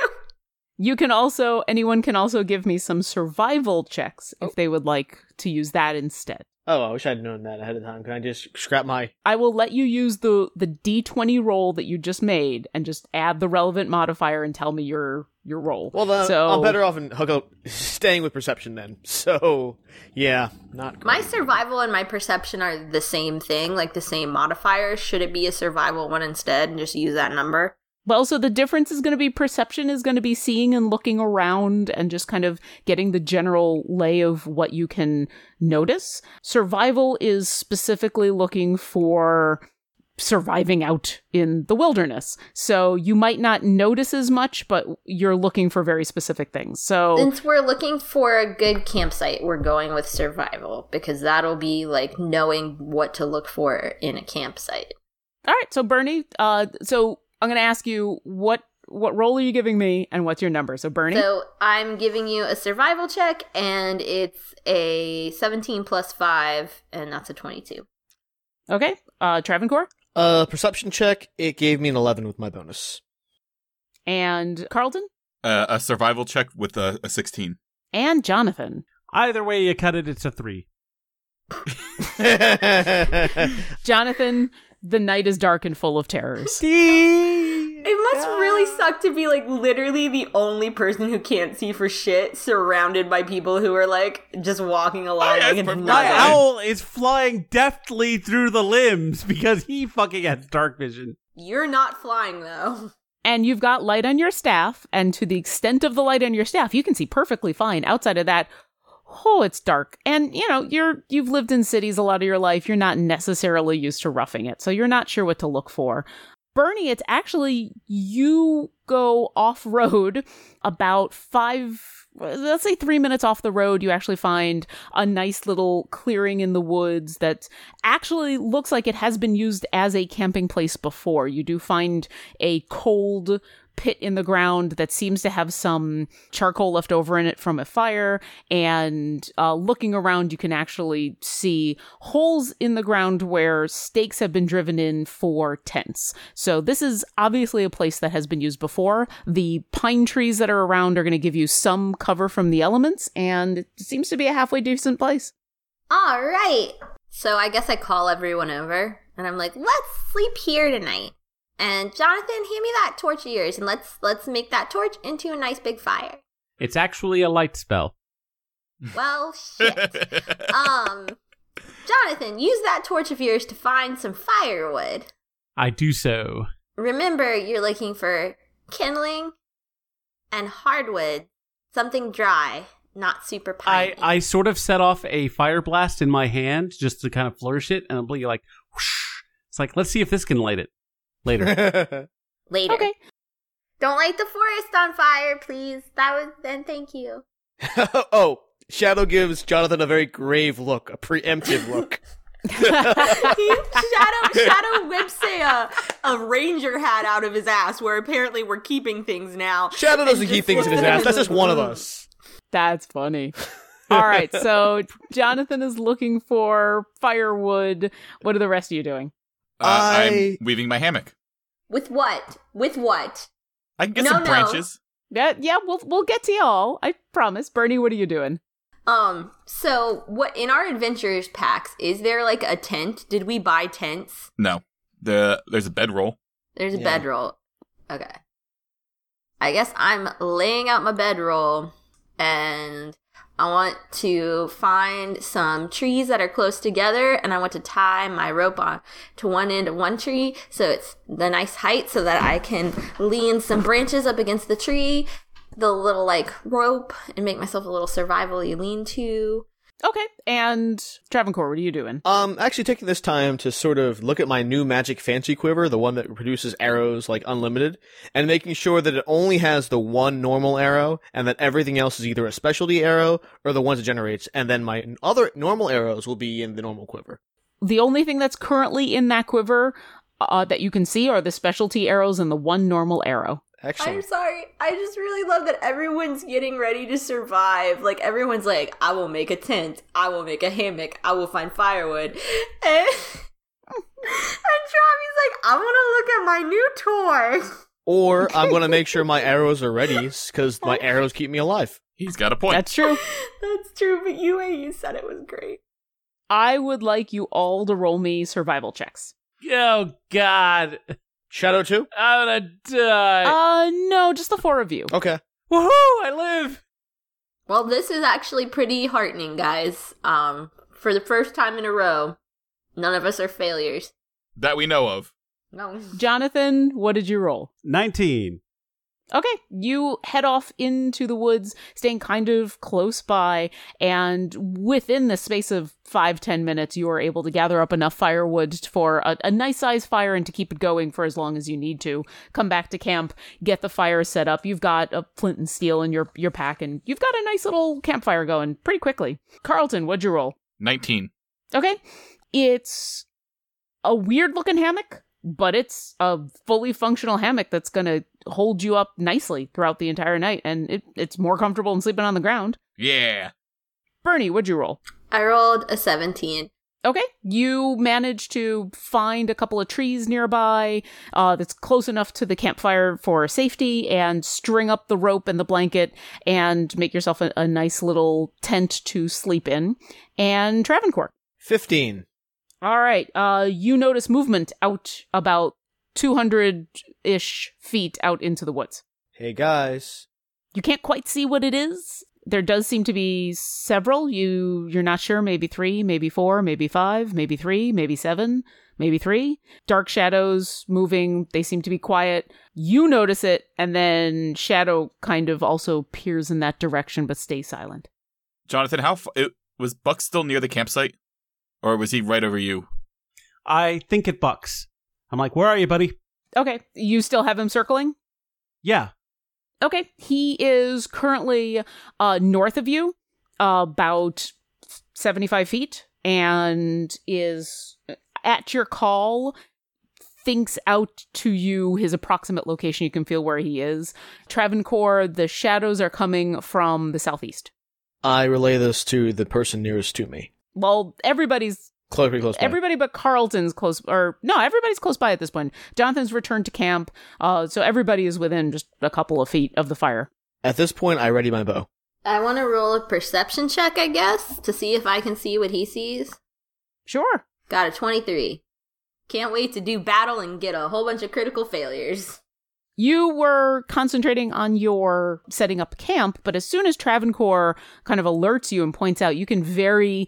Speaker 7: You can also, anyone can also give me some survival checks
Speaker 6: Oh.
Speaker 7: if they would like to use that instead.
Speaker 4: Oh, I wish I'd known that ahead of time. Can I just scrap my?
Speaker 7: I will let you use the the d20 roll that you just made and just add the relevant modifier and tell me your your roll.
Speaker 4: Well, then
Speaker 7: so
Speaker 4: I'm better off in hook up, staying with perception then. (laughs) So, yeah, not great.
Speaker 6: My survival and my perception are the same thing, like the same modifier. Should it be a survival one instead and just use that number?
Speaker 7: Well, so the difference is going to be perception is going to be seeing and looking around and just kind of getting the general lay of what you can notice. Survival is specifically looking for surviving out in the wilderness. So you might not notice as much, but you're looking for very specific things.
Speaker 4: Oh.
Speaker 7: So
Speaker 6: Since we're looking for a good campsite, we're going with survival because that'll be like knowing what to look for in a campsite.
Speaker 7: All right, so Bernie, uh, so I'm gonna ask you what what role are you giving me, and what's your number? So Bernie,
Speaker 6: So I'm giving you a survival check, and it's a 17 plus 5, and that's a 22.
Speaker 7: okay, uh, Travancore
Speaker 4: Uh, perception check. It gave me an 11 with my bonus. (laughs)
Speaker 7: and Carlton
Speaker 5: Uh, a survival check with a, a 16.
Speaker 7: and Jonathan.
Speaker 3: Either way you cut it, it's a three.
Speaker 7: Jonathan, the night is dark and full
Speaker 3: (laughs)
Speaker 7: of terrors.
Speaker 6: It must really suck to be like literally the only person who can't see for shit surrounded by people who are like just walking along
Speaker 5: yeah,
Speaker 6: like
Speaker 5: it's
Speaker 6: it's
Speaker 5: perfect.
Speaker 3: My
Speaker 5: Okay.
Speaker 6: nothing.
Speaker 3: owl is flying deftly through the limbs (laughs) because he fucking has dark vision.
Speaker 6: You're not flying though.
Speaker 7: and you've got light on your staff, and to the extent of the light on your staff, you can see perfectly fine. Outside of that, oh, it's dark, and you know you're you've lived in cities a lot of your life. You're not necessarily used to roughing it, so you're not sure what to look for. Bernie, it's actually you go off road about five, let's say three minutes off the road. You actually find a nice little clearing in the woods that actually looks like it has been used as a camping place before. You do find a cold pit in the ground that seems to have some charcoal left over in it from a fire. And uh, looking around, you can actually see holes in the ground where stakes have been driven in for tents. So this is obviously a place that has been used before. The pine trees that are around are going to give you some cover from the elements, and it seems to be a halfway decent place.
Speaker 6: All right. So I guess I call everyone over and I'm like, "Let's sleep here tonight." And Jonathan, hand me that torch of yours and let's let's make that torch into a nice big fire.
Speaker 3: It's actually a light spell.
Speaker 6: Well, shit. um Jonathan, use that torch of yours to find some firewood.
Speaker 3: I do so.
Speaker 6: remember you're looking for kindling and hardwood, something dry, not super
Speaker 3: I,
Speaker 6: piney.
Speaker 3: I sort of set off a fire blast in my hand just to kind of flourish it, and I'm like, whoosh. It's like, let's see if this can light it later.
Speaker 6: Later.
Speaker 7: Okay.
Speaker 6: Don't light the forest on fire, please. That was then
Speaker 4: (laughs)
Speaker 6: thank you.
Speaker 4: oh, Shadow gives Jonathan a very grave look, a preemptive look.
Speaker 6: Shadow Shadow whips a, uh, a ranger hat out of his ass where apparently we're keeping things now.
Speaker 4: Shadow doesn't keep things in his ass. That's just one of us.
Speaker 7: That's funny. (laughs) All right, so Jonathan is looking for firewood. What are the rest of you doing?
Speaker 5: Uh, I...
Speaker 4: I-
Speaker 5: am weaving my hammock.
Speaker 6: With what? With what?
Speaker 5: I can get
Speaker 6: No,
Speaker 5: some
Speaker 6: no.
Speaker 5: branches.
Speaker 7: Yeah, yeah, we'll we'll get to y'all. I promise. Bernie, what are you doing?
Speaker 6: Um, so what in our adventures packs, is there like a tent? Did we buy tents?
Speaker 5: No. The There's a bedroll.
Speaker 6: There's a
Speaker 4: Yeah.
Speaker 6: bedroll. Okay. I guess I'm laying out my bedroll and I want to find some trees that are close together and I want to tie my rope on to one end of one tree so it's the nice height so that I can lean some branches up against the tree, the little like rope and make myself a little survivally lean to.
Speaker 7: Okay. And Travancore, what are you doing?
Speaker 4: Um, actually taking this time to sort of look at my new magic fancy quiver, the one that produces arrows like unlimited, and making sure that it only has the one normal arrow and that everything else is either a specialty arrow or the ones it generates, and then my other normal arrows will be in the normal quiver.
Speaker 7: The only thing that's currently in that quiver uh, that you can see are the specialty arrows and the one normal arrow.
Speaker 6: I'm
Speaker 4: Excellent.
Speaker 6: (laughs) sorry. I just really love that everyone's getting ready to survive. Like everyone's like, I will make a tent, I will make a hammock, I will find firewood. (laughs) And, and Travi's like, I wanna look at my new toy. (laughs)
Speaker 4: Or I'm gonna make sure my arrows are ready because my arrows keep me alive.
Speaker 5: He's got a point.
Speaker 7: That's true.
Speaker 6: That's true, but you way you said it was great.
Speaker 7: I would like you all to roll me survival checks.
Speaker 3: Oh God,
Speaker 4: Shadow two.
Speaker 3: I'm gonna die.
Speaker 7: Uh, no, just the four of you.
Speaker 4: Okay.
Speaker 3: Woohoo! I live.
Speaker 6: Well, this is actually pretty heartening, guys. Um, for the first time in a row, none of us are failures.
Speaker 5: that we know of.
Speaker 6: No.
Speaker 7: Jonathan, what did you roll?
Speaker 3: Nineteen.
Speaker 7: Okay, you head off into the woods, staying kind of close by, and within the space of five, ten minutes, you are able to gather up enough firewood for a, a nice size fire and to keep it going for as long as you need to. Come back to camp, get the fire set up. You've got a flint and steel in your, your pack, and you've got a nice little campfire going pretty quickly. Carlton, what'd you roll?
Speaker 5: 19.
Speaker 7: Okay. It's a weird looking hammock, but it's a fully functional hammock that's going to hold you up nicely throughout the entire night. And it, it's more comfortable than sleeping on the ground.
Speaker 5: Yeah.
Speaker 7: Bernie, what'd you roll?
Speaker 6: I rolled a 17.
Speaker 7: Okay. You manage to find a couple of trees nearby uh, that's close enough to the campfire for safety and string up the rope and the blanket and make yourself a, a nice little tent to sleep in. And Travancore.
Speaker 4: Fifteen.
Speaker 7: All right. Uh, you notice movement out about 200 ish feet out into the woods.
Speaker 4: Hey guys.
Speaker 7: You can't quite see what it is. There does seem to be several. You you're not sure. Maybe three, maybe four, maybe five, maybe three, maybe seven, maybe three. Dark shadows moving. They seem to be quiet. You notice it, and then shadow kind of also peers in that direction, but stays silent.
Speaker 5: Jonathan, how f- it, was Buck still near the campsite? Or was he right over you?
Speaker 3: I think it bucks. I'm like, where are you, buddy?
Speaker 7: Okay, you still have him circling.
Speaker 3: Yeah.
Speaker 7: Okay, he is currently uh, north of you, uh, about 75 feet, and is uh, at your call, thinks out to you his approximate location. You can feel where he is. Travancore, the shadows are coming from the southeast.
Speaker 4: I relay this to the person nearest to me.
Speaker 7: Well, everybody's
Speaker 4: Close, pretty close. by.
Speaker 7: Everybody but Carlton's close, or no, everybody's close by at this point. Jonathan's returned to camp, uh, so everybody is within just a couple of feet of the fire.
Speaker 4: At this point, I ready my bow.
Speaker 6: I want to roll a perception check, I guess, to see if I can see what he sees.
Speaker 7: Sure.
Speaker 6: Got a 23. Can't wait to do battle and get a whole bunch of critical failures.
Speaker 7: you were concentrating on your setting up camp, but as soon as Travancore kind of alerts you and points out, you can very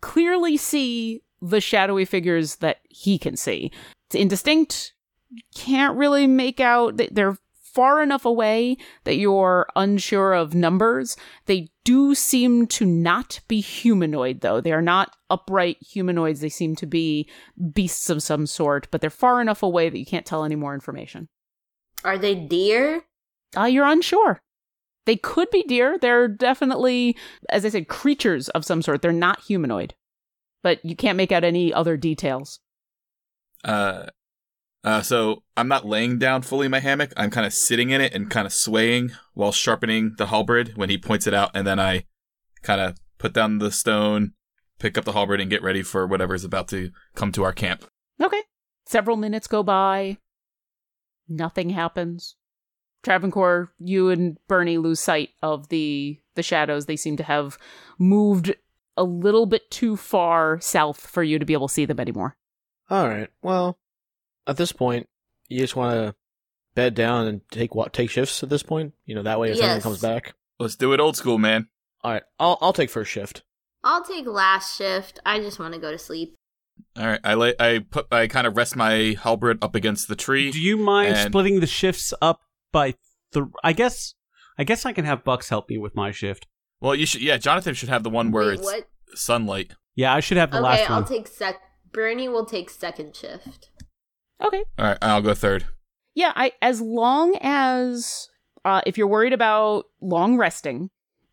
Speaker 7: clearly see the shadowy figures that he can see. It's indistinct. You Can't really make out. they- They're far enough away that you're unsure of numbers. They do seem to not be humanoid, though. They are not upright humanoids. They seem to be beasts of some sort, but they're far enough away that you can't tell any more information.
Speaker 6: Are they deer?
Speaker 7: Uh, you're unsure. They could be deer. They're definitely, as I said, creatures of some sort. They're not humanoid, but you can't make out any other details.
Speaker 5: Uh, uh, so I'm not laying down fully in my hammock. I'm kind of sitting in it and kind of swaying while sharpening the halberd when he points it out. And then I kind of put down the stone, pick up the halberd, and get ready for whatever's about to come to our camp.
Speaker 7: Okay. Several minutes go by. Nothing happens. Travancore, you and Bernie lose sight of the the shadows. They seem to have moved a little bit too far south for you to be able to see them anymore.
Speaker 4: All right. Well, at this point, you just want to bed down and take what take shifts. At this point, you know that way if anyone
Speaker 6: Yes.
Speaker 4: comes back.
Speaker 5: Let's do it old school, man.
Speaker 4: All right. I'll I'll take first shift.
Speaker 6: I'll take last shift. I just want to go to sleep.
Speaker 5: All right, I lay, I put, I kind of rest my halberd up against the tree.
Speaker 3: Do you mind
Speaker 5: And-
Speaker 3: splitting the shifts up by th- I guess I guess I can have Bucks help me with my shift.
Speaker 5: well, you should, yeah. Jonathan should have the one where
Speaker 6: Wait,
Speaker 5: it's
Speaker 6: what?
Speaker 5: sunlight.
Speaker 3: Yeah, I should have the
Speaker 6: Okay,
Speaker 3: last one.
Speaker 6: I'll take sec. Bernie will take second shift.
Speaker 7: Okay.
Speaker 5: All right, I'll go third.
Speaker 7: Yeah, I as long as uh, if you're worried about long resting,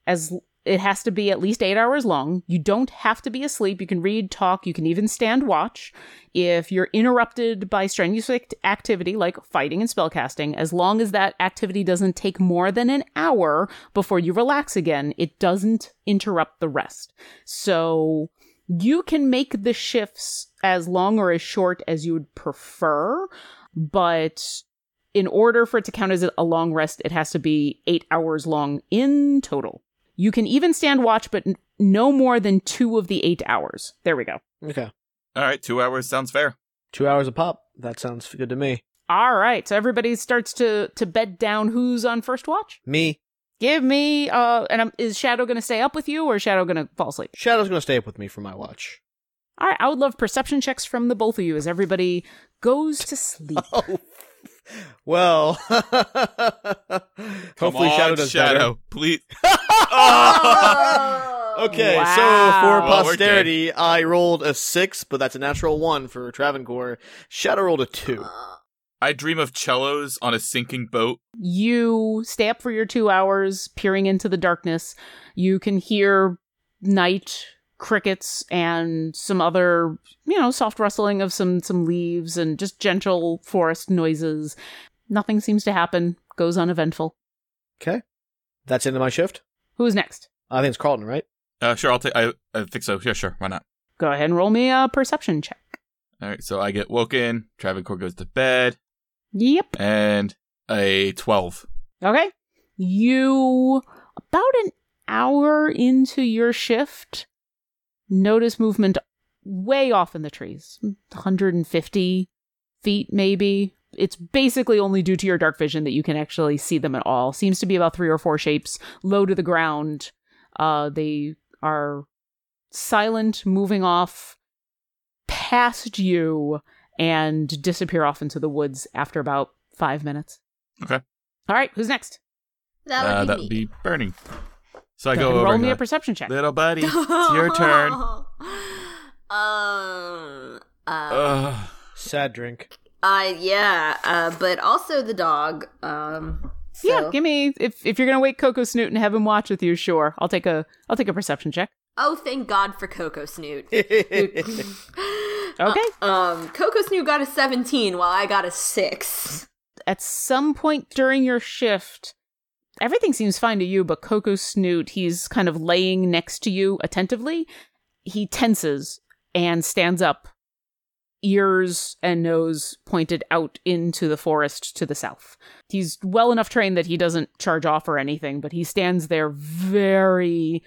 Speaker 7: as l- it has to be at least eight hours long. You don't have to be asleep. You can read, talk. You can even stand watch. If you're interrupted by strenuous act- activity like fighting and spellcasting, as long as that activity doesn't take more than an hour before you relax again, it doesn't interrupt the rest. So you can make the shifts as long or as short as you would prefer, but in order for it to count as a long rest, it has to be eight hours long in total. You can even stand watch, but n- no more than two of the eight hours. There we go.
Speaker 4: Okay.
Speaker 5: All right, two hours sounds fair.
Speaker 4: Two hours a pop. That sounds good to me.
Speaker 7: All right, so everybody starts to to bed down. Who's on first watch?
Speaker 4: Me.
Speaker 7: Give me. Uh, and i is Shadow gonna stay up with you, or is Shadow gonna fall asleep?
Speaker 4: Shadow's gonna stay up with me for my watch.
Speaker 7: All right, I would love perception checks from the both of you as everybody goes to sleep.
Speaker 4: Oh. Well. (laughs) Hopefully,
Speaker 5: Come on,
Speaker 4: Shadow does
Speaker 5: Shadow,
Speaker 4: better. (laughs)
Speaker 5: please.
Speaker 4: Okay,
Speaker 7: Wow.
Speaker 4: so for
Speaker 5: Well, we're
Speaker 4: posterity, I rolled a six, but that's a natural one for Travancore. Shadow rolled a two.
Speaker 5: I dream of cellos on a sinking boat.
Speaker 7: you stay up for your two hours peering into the darkness you can hear night crickets and some other you know soft rustling of some some leaves and just gentle forest noises nothing seems to happen goes uneventful
Speaker 4: Okay, that's the end of my shift.
Speaker 7: who's next
Speaker 4: I think it's Carlton, right?
Speaker 5: Uh, sure, I'll take. I, I think so. Yeah, sure. Why not?
Speaker 7: go ahead and roll me a perception check
Speaker 5: All right, so I get woken. Travancore goes to bed,
Speaker 7: yep
Speaker 5: and a twelve.
Speaker 7: okay you about an hour into your shift notice movement way off in the trees 150 feet maybe it's basically only due to your dark vision that you can actually see them at all seems to be about three or four shapes low to the ground uh they are silent moving off past you and disappear off into the woods after about five minutes
Speaker 5: Okay.
Speaker 7: all right who's next
Speaker 6: That would
Speaker 5: uh,
Speaker 6: be
Speaker 5: that
Speaker 6: me.
Speaker 5: would
Speaker 6: (laughs)
Speaker 5: be Bernie. So I
Speaker 7: Go
Speaker 5: go
Speaker 7: ahead and
Speaker 5: over.
Speaker 7: roll
Speaker 5: and
Speaker 7: me
Speaker 5: go,
Speaker 7: a perception check
Speaker 5: Little buddy, it's your turn.
Speaker 6: (laughs) um. Uh,
Speaker 5: Ugh.
Speaker 4: Sad drink.
Speaker 6: uh, yeah. Uh, but also the dog. Um. So,
Speaker 7: Yeah, give me if if you're gonna wake Coco Snoot and have him watch with you, sure. I'll take a I'll take a perception check.
Speaker 6: Oh, thank God for Coco Snoot.
Speaker 7: Okay.
Speaker 6: um, Coco Snoot got a 17 while I got a 6.
Speaker 7: At some point during your shift, everything seems fine to you, but Coco Snoot, he's kind of laying next to you attentively. He tenses and stands up, ears and nose pointed out into the forest to the south. He's well enough trained that he doesn't charge off or anything, but he stands there very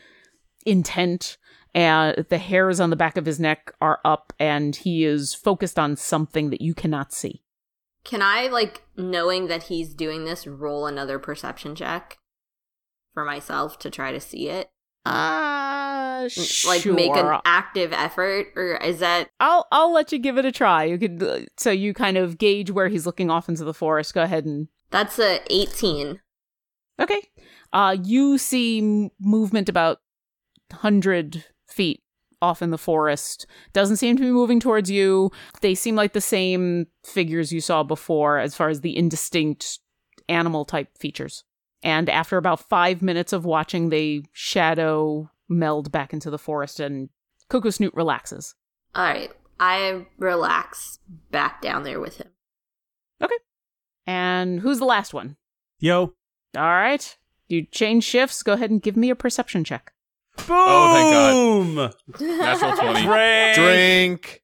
Speaker 7: intent and the hairs on the back of his neck are up and he is focused on something that you cannot see.
Speaker 6: Can I, like, knowing that he's doing this, roll another perception check for myself to try to see it?
Speaker 7: Uh,
Speaker 6: Like, make an active effort? Or is that.
Speaker 7: I'll I'll let you give it a try. You could uh, so you kind of gauge where he's looking off into the forest. Go ahead and
Speaker 6: That's a 18.
Speaker 7: okay. Uh, you see m- movement about hundred feet off in the forest. Doesn't seem to be moving towards you. They seem like the same figures you saw before, as far as the indistinct animal type features. And after about five minutes of watching, they shadow meld back into the forest, and Coco Snoot relaxes.
Speaker 6: Alright. I relax back down there with him.
Speaker 7: And who's the last one?
Speaker 3: Yo,
Speaker 7: All right. You change shifts. Go ahead and give me a perception check.
Speaker 3: boom!
Speaker 5: Oh,
Speaker 3: thank God.
Speaker 6: (laughs)
Speaker 5: Natural twenty.
Speaker 3: Drink.
Speaker 4: (laughs) Drink.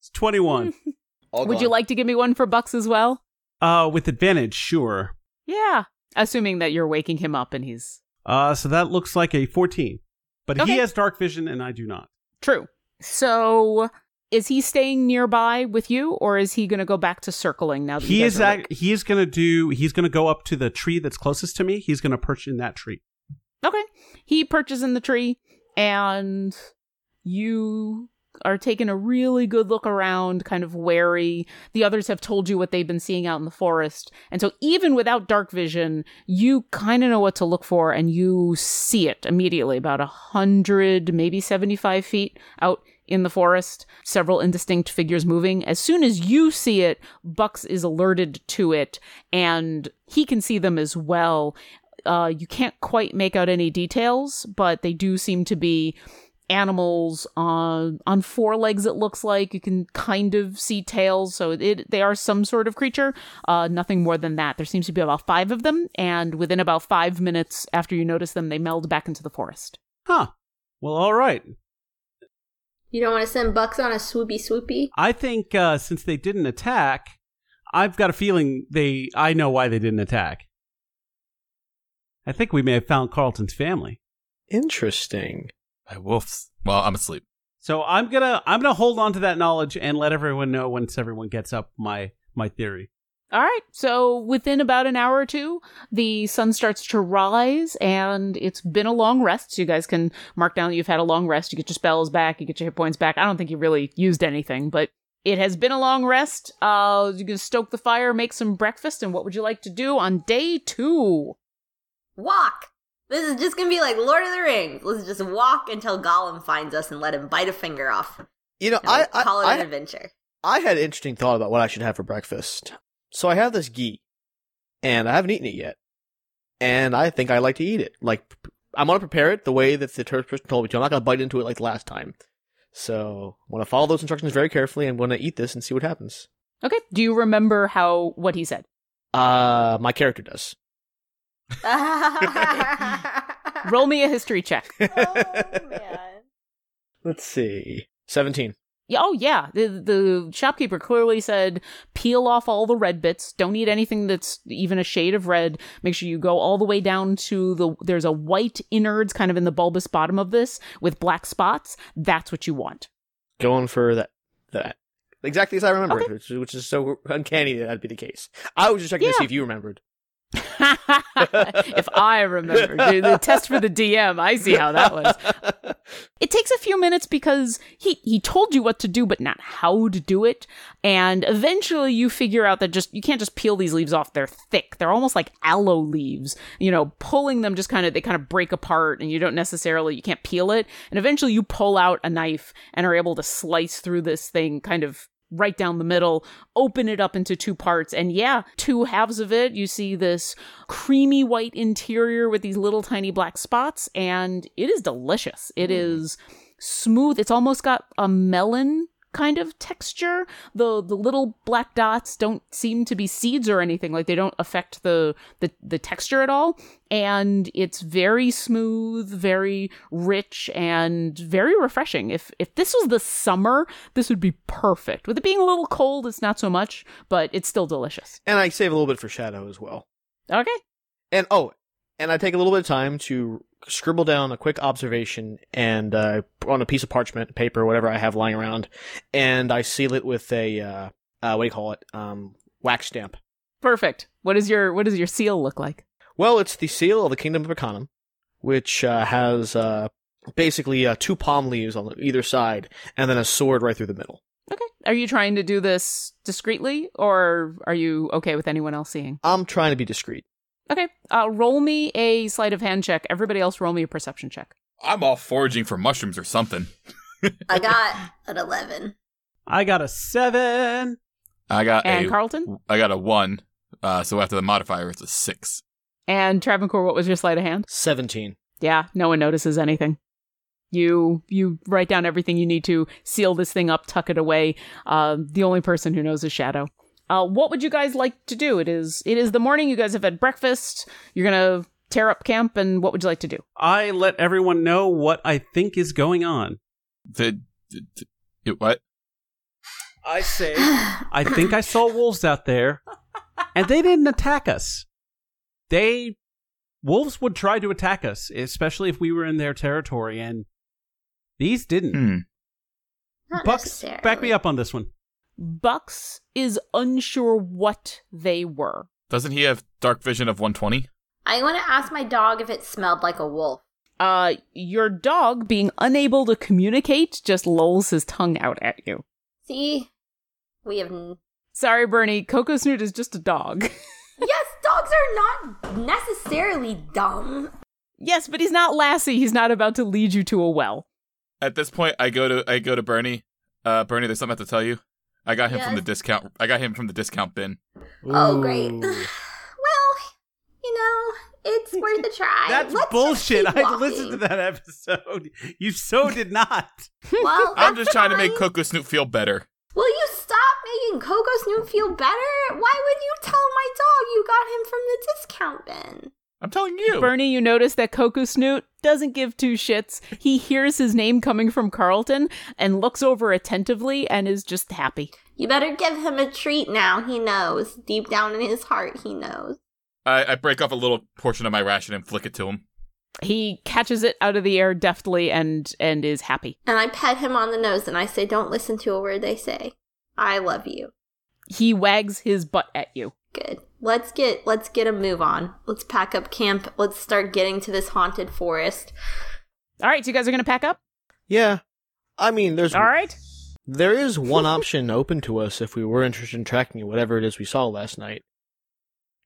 Speaker 3: It's
Speaker 6: (laughs)
Speaker 3: twenty-one.
Speaker 4: All
Speaker 7: Would
Speaker 4: gone.
Speaker 7: you like to give me one for Bucks as well?
Speaker 3: Uh, with advantage, sure.
Speaker 7: Yeah. Assuming that you're waking him up and he's
Speaker 3: Uh, so that looks like a fourteen, but
Speaker 7: Okay.
Speaker 3: he has dark vision and I do not.
Speaker 7: true. So is he staying nearby with you or is he going to go back to circling now that you
Speaker 3: He
Speaker 7: guys
Speaker 3: is
Speaker 7: are
Speaker 3: ac
Speaker 7: awake?
Speaker 3: he is gonna do. He's gonna go up to the tree that's closest to me. He's gonna perch in that tree.
Speaker 7: Okay. He perches in the tree and you are taking a really good look around, kind of wary. The others have told you what they've been seeing out in the forest. And so, even without dark vision, you kind of know what to look for and you see it immediately about a 100, maybe 75 feet out in the forest, several indistinct figures moving. As soon as you see it, Bucks is alerted to it and he can see them as well. Uh, you can't quite make out any details, but they do seem to be animals on on four legs. It looks like you can kind of see tails, so it they are some sort of creature. Uh, nothing more than that. There seems to be about five of them, and within about five minutes after you notice them, they meld back into the forest.
Speaker 3: Huh. Well, all right.
Speaker 6: You don't want to send Bucks on a swoopy swoopy?
Speaker 3: I think uh, since they didn't attack, I've got a feeling they. I know why they didn't attack. I think we may have found Carlton's family.
Speaker 4: Interesting.
Speaker 5: My wolf's. Well, I'm asleep.
Speaker 3: So I'm gonna I'm gonna hold on to that knowledge and let everyone know once everyone gets up my my theory.
Speaker 7: All right. So within about an hour or two, the sun starts to rise and it's been a long rest. So you guys can mark down that you've had a long rest. You get your spells back, you get your hit points back. I don't think you really used anything, but it has been a long rest. Uh, you can stoke the fire, make some breakfast, and what would you like to do on day two?
Speaker 6: Walk! This is just gonna be like Lord of the Rings. Let's just walk until Gollum finds us and let him bite a finger off.
Speaker 4: You know,
Speaker 6: And
Speaker 4: I I,
Speaker 6: call it an
Speaker 4: I,
Speaker 6: adventure.
Speaker 4: I had an interesting thought about what I should have for breakfast. So I have this ghee, and I haven't eaten it yet, and I think I like to eat it. Like p- I'm gonna prepare it the way that the Turkish person told me to. I'm not gonna bite into it like the last time. So I'm gonna follow those instructions very carefully. I'm gonna eat this and see what happens.
Speaker 7: Okay. Do you remember how what he said?
Speaker 4: Uh, my character does.
Speaker 7: Roll me a history check.
Speaker 6: Oh, man.
Speaker 4: Let's see, seventeen.
Speaker 7: Yeah, Oh yeah, the the shopkeeper clearly said peel off all the red bits. Don't eat anything that's even a shade of red. Make sure you go all the way down to the there's a white innards kind of in the bulbous bottom of this with black spots. That's what you want.
Speaker 4: Going for that that exactly as I remember
Speaker 7: Okay.
Speaker 4: it, which, which is so uncanny that that'd be the case. I was just checking to
Speaker 7: Yeah.
Speaker 4: see if you remembered.
Speaker 7: (laughs) if I remember the, the test for the DM, I see how that was. It takes a few minutes because he he told you what to do, but not how to do it. And eventually, you figure out that just you can't just peel these leaves off. They're thick. They're almost like aloe leaves. You know, pulling them just kind of they kind of break apart, and you don't necessarily you can't peel it. And eventually, you pull out a knife and are able to slice through this thing, kind of right down the middle, open it up into two parts. And yeah, two halves of it, you see this creamy white interior with these little tiny black spots, and it is delicious. It is smooth. It's almost got a melon kind of texture. The the little black dots don't seem to be seeds or anything. Like they don't affect the the, the texture at all. And it's very smooth, very rich, and very refreshing. If if this was the summer, this would be perfect. With it being a little cold, it's not so much, but it's still delicious.
Speaker 4: And I save a little bit for shadow as well.
Speaker 7: Okay.
Speaker 4: And oh, and I take a little bit of time to scribble down a quick observation and uh, on a piece of parchment, paper, whatever I have lying around, and I seal it with a uh, uh, what do you call it? Um, wax stamp.
Speaker 7: Perfect. What is your what does your seal look like?
Speaker 4: Well, it's the seal of the Kingdom of Arcanum, which uh, has uh, basically uh, two palm leaves on either side, and then a sword right through the middle.
Speaker 7: Okay. Are you trying to do this discreetly or are you okay with anyone else seeing?
Speaker 4: I'm trying to be discreet.
Speaker 7: Okay. Uh, roll me a sleight of hand check. Everybody else, roll me a perception check.
Speaker 5: I'm off foraging for mushrooms or something.
Speaker 6: I got an 11.
Speaker 3: I got a seven.
Speaker 5: I got
Speaker 7: And
Speaker 5: Uh, a
Speaker 7: Carlton
Speaker 5: I got a one. Uh, so after the modifier, it's a six.
Speaker 7: and Travancore, what was your sleight of hand?
Speaker 4: Seventeen.
Speaker 7: Yeah, no one notices anything. You you write down everything you need to seal this thing up, tuck it away. Uh, the only person who knows is Shadow. Uh, what would you guys like to do? It is it is the morning. You guys have had breakfast. You're gonna tear up camp, and what would you like to do?
Speaker 3: I let everyone know what I think is going on.
Speaker 5: The, the, the- it- what?
Speaker 3: I
Speaker 6: (sighs)
Speaker 3: say I think I saw wolves out there, and they didn't attack us. They wolves would try to attack us, especially if we were in their territory, and these didn't.
Speaker 5: Hmm.
Speaker 6: Not
Speaker 3: Bucks,
Speaker 6: necessarily.
Speaker 3: back me up on this one.
Speaker 7: Bucks is unsure what they were.
Speaker 5: Doesn't he have dark vision of 120?
Speaker 6: I want to ask my dog if it smelled like a wolf.
Speaker 7: Uh, your dog, being unable to communicate, just lolls his tongue out at you.
Speaker 6: See, we have. N-
Speaker 7: Sorry, Bernie. Coco Snoot is just a dog. (laughs)
Speaker 6: yes, dogs are not necessarily dumb.
Speaker 7: yes, but he's not Lassie. He's not about to lead you to a well.
Speaker 5: At this point, I go to I go to Bernie. Uh, Bernie, there's something I have to tell you. I got him from the
Speaker 6: Yes?
Speaker 5: discount. I got him from the discount bin.
Speaker 6: Oh, great.
Speaker 3: Ooh.
Speaker 6: (sighs) (laughs) well, you know,
Speaker 3: (laughs)
Speaker 6: it's worth a try.
Speaker 3: That's
Speaker 6: Let's just
Speaker 3: bullshit.
Speaker 6: keep
Speaker 3: I listened to
Speaker 6: walking.
Speaker 3: that episode. You
Speaker 6: (laughs)
Speaker 3: so did not.
Speaker 5: I'm
Speaker 6: Well, Oh, that's
Speaker 5: just trying to make
Speaker 6: fine.
Speaker 5: Coco Snoop feel better.
Speaker 6: Will you stop making Coco Snoop feel better? Why would you tell my dog you got him from the discount bin?
Speaker 5: I'm telling you.
Speaker 7: Bernie, you notice that Coco Snoot doesn't give two shits. He hears his name coming from Carlton and looks over attentively and is just happy.
Speaker 6: You better give him a treat now. He knows. Deep down in his heart, he knows.
Speaker 5: I, I break off a little portion of my ration and flick it to him.
Speaker 7: He catches it out of the air deftly and and is happy.
Speaker 6: And I pet him on the nose and I say, don't listen to a word they say. I love you.
Speaker 7: He wags his butt at you.
Speaker 6: Good. Let's get let's get a move on. Let's pack up camp. Let's start getting to this haunted forest.
Speaker 7: All right, so you guys are gonna pack up.
Speaker 4: Yeah. I mean, there's
Speaker 7: All right.
Speaker 4: there is
Speaker 7: (laughs)
Speaker 4: one option open to us if we were interested in tracking whatever it is we saw last night.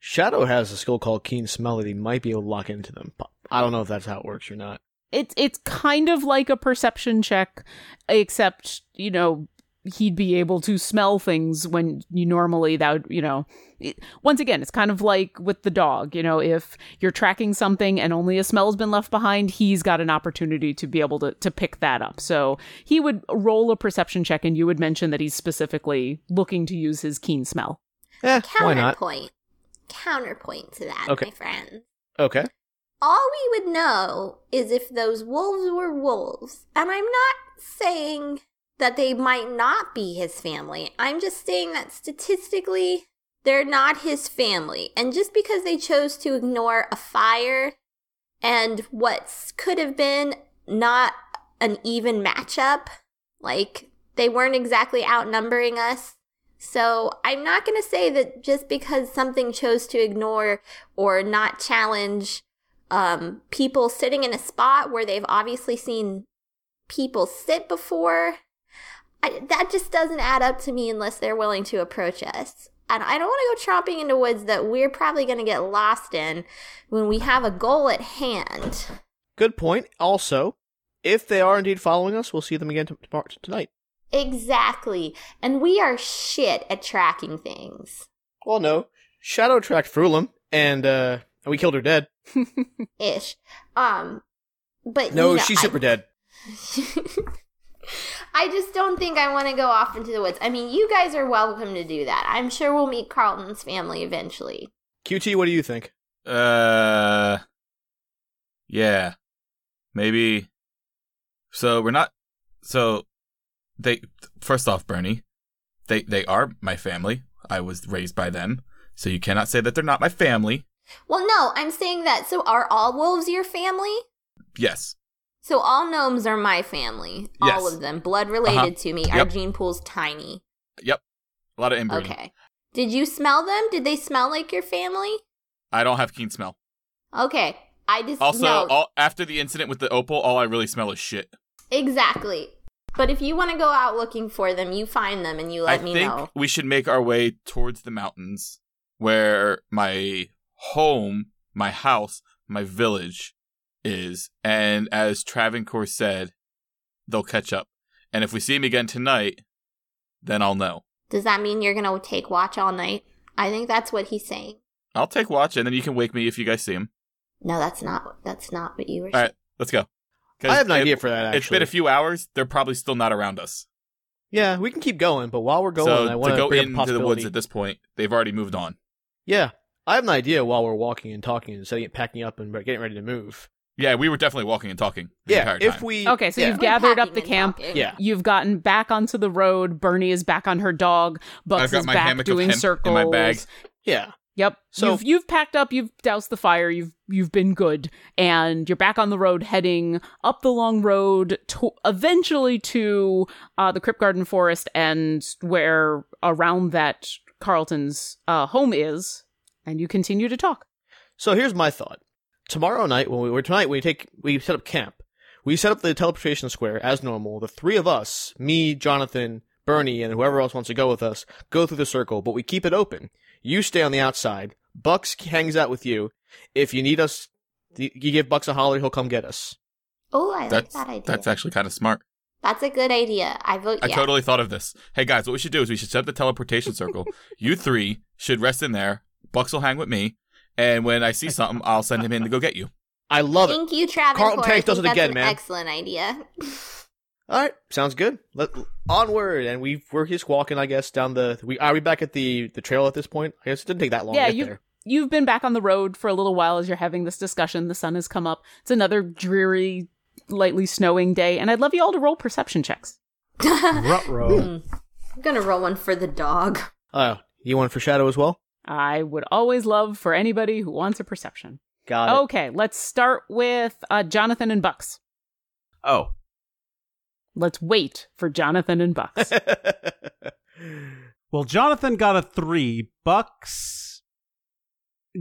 Speaker 4: Shadow has a skill called Keen Smell that he might be able to lock into them. but I don't know if that's how it works or not.
Speaker 7: It's it's kind of like a perception check, except you know he'd be able to smell things when you normally that would, you know. it- once again, it's kind of like with the dog. You know, if you're tracking something and only a smell's been left behind, he's got an opportunity to be able to to pick that up. So he would roll a perception check, and you would mention that he's specifically looking to use his keen smell.
Speaker 4: Eh, why not?
Speaker 6: Counterpoint. Counterpoint to that,
Speaker 4: Okay.
Speaker 6: my friend.
Speaker 4: Okay.
Speaker 6: All we would know is if those wolves were wolves. And I'm not saying that they might not be his family. I'm just saying that statistically, they're not his family. And just because they chose to ignore a fire and what s- could have been not an even matchup, like they weren't exactly outnumbering us. So I'm not going to say that just because something chose to ignore or not challenge um, people sitting in a spot where they've obviously seen people sit before. I, that just doesn't add up to me unless they're willing to approach us. And I don't want to go tromping into woods that we're probably going to get lost in when we have a goal at hand.
Speaker 4: Good point. Also, if they are indeed following us, we'll see them again t- tomorrow- tonight.
Speaker 6: Exactly. And we are shit at tracking things.
Speaker 4: Well, no. Shadow tracked Frulam, and uh, we killed her dead.
Speaker 6: Ish. Um, but
Speaker 4: No,
Speaker 6: you know,
Speaker 4: she's
Speaker 6: I-
Speaker 4: super dead.
Speaker 6: I just don't think I want to go off into the woods. I mean, you guys are welcome to do that. I'm sure we'll meet Carlton's family eventually.
Speaker 4: QT, what do you think?
Speaker 5: Uh, yeah, maybe. So we're not. So they first off, Bernie, they they are my family. I was raised by them, so you cannot say that they're not my family.
Speaker 6: Well, no, I'm saying that. So, are all wolves your family?
Speaker 5: Yes,
Speaker 6: So, all gnomes are my family. All
Speaker 5: Yes.
Speaker 6: of them, blood related
Speaker 5: Uh-huh.
Speaker 6: to me. Our
Speaker 5: Yep.
Speaker 6: gene pool's tiny.
Speaker 5: a lot of inbreeding.
Speaker 6: Okay. Did you smell them? Did they smell like your family?
Speaker 5: I don't have keen smell.
Speaker 6: Okay. I just
Speaker 5: Also,
Speaker 6: no.
Speaker 5: all, after the incident with the opal, all I really smell is shit.
Speaker 6: exactly. But if you want to go out looking for them, you find them and you let
Speaker 5: I
Speaker 6: me
Speaker 5: think
Speaker 6: know.
Speaker 5: we should make our way towards the mountains where my home, my house, my village is. And as Travancore said, they'll catch up. And if we see him again tonight, then I'll know.
Speaker 6: Does that mean you're gonna take watch all night? I think that's what he's saying.
Speaker 5: I'll take watch and then you can wake me if you guys see him.
Speaker 6: No, that's not that's not what you were.
Speaker 5: All right, let's go. 'Cause
Speaker 4: I have an
Speaker 5: it-
Speaker 4: idea for that,
Speaker 5: It's been
Speaker 4: actually.
Speaker 5: a few hours. They're probably still not around us.
Speaker 4: Yeah, we can keep going, but while we're going,
Speaker 5: so
Speaker 4: I
Speaker 5: to
Speaker 4: want
Speaker 5: go
Speaker 4: bring up
Speaker 5: into
Speaker 4: a
Speaker 5: the woods
Speaker 4: possibility.
Speaker 5: at this point, they've already moved on.
Speaker 4: Yeah, I have an idea while we're walking and talking and setting it, packing up, and re- getting ready to move.
Speaker 5: Yeah, we were definitely walking and talking. The
Speaker 4: Yeah,
Speaker 5: entire
Speaker 4: if
Speaker 5: time.
Speaker 4: we
Speaker 7: Okay, so
Speaker 4: yeah.
Speaker 7: you've gathered up
Speaker 6: Packing
Speaker 7: the
Speaker 6: and
Speaker 7: camp.
Speaker 6: talking.
Speaker 4: yeah.
Speaker 7: You've gotten back onto the road. Bernie is back on her dog. Bucks
Speaker 5: I've got
Speaker 7: is
Speaker 5: my
Speaker 7: back
Speaker 5: hammock of
Speaker 7: doing
Speaker 5: hemp
Speaker 7: circles.
Speaker 5: in my bag.
Speaker 4: yeah,
Speaker 7: Yep.
Speaker 4: So-
Speaker 7: So you've, you've packed up. You've doused the fire. You've you've been good, and you're back on the road, heading up the long road, to, eventually to uh, the Crypt Garden Forest, and where around that Carlton's uh, home is, and you continue to talk.
Speaker 4: So here's my thought. tomorrow night when we were tonight we take we set up camp. We set up the teleportation square as normal. The three of us, me, Jonathan, Bernie, and whoever else wants to go with us, go through the circle, but we keep it open. You stay on the outside. Bucks hangs out with you. If you need us, you give Bucks a holler. He'll come get us.
Speaker 6: Oh, I
Speaker 5: that's
Speaker 6: like that idea.
Speaker 5: that's
Speaker 6: That's,
Speaker 5: actually kind of smart.
Speaker 6: a good idea. I vote
Speaker 5: I
Speaker 6: yes.
Speaker 5: totally thought of this. Hey guys, what we should do is we should set up the teleportation
Speaker 6: (laughs)
Speaker 5: circle. You three should rest in there. Bucks will hang with me, and when I see something, I'll send him in to go get you.
Speaker 4: I love it.
Speaker 6: Thank you, Travis.
Speaker 4: Carlton Tank does
Speaker 6: that's
Speaker 4: it again,
Speaker 6: an
Speaker 4: man.
Speaker 6: Excellent idea.
Speaker 4: All right, sounds good. Let onward, and we we're just walking, I guess, down the. We are we back at the the trail at this point? I guess it didn't take that long.
Speaker 7: yeah,
Speaker 4: to get
Speaker 7: you
Speaker 4: there.
Speaker 7: you've been back on the road for a little while as you're having this discussion. The sun has come up. It's another dreary, lightly snowing day, and I'd love you all to roll perception checks.
Speaker 3: Ruh-roh.
Speaker 6: (laughs) I'm gonna roll one for the dog.
Speaker 4: Oh, you want for shadow as well?
Speaker 7: I would always love for anybody who wants a perception.
Speaker 4: Got it.
Speaker 7: Okay, let's start with uh, Jonathan and Bucks.
Speaker 3: oh,
Speaker 7: Let's wait for Jonathan
Speaker 4: (laughs)
Speaker 7: and Bucks. Oh.
Speaker 3: well, Jonathan got a three. Bucks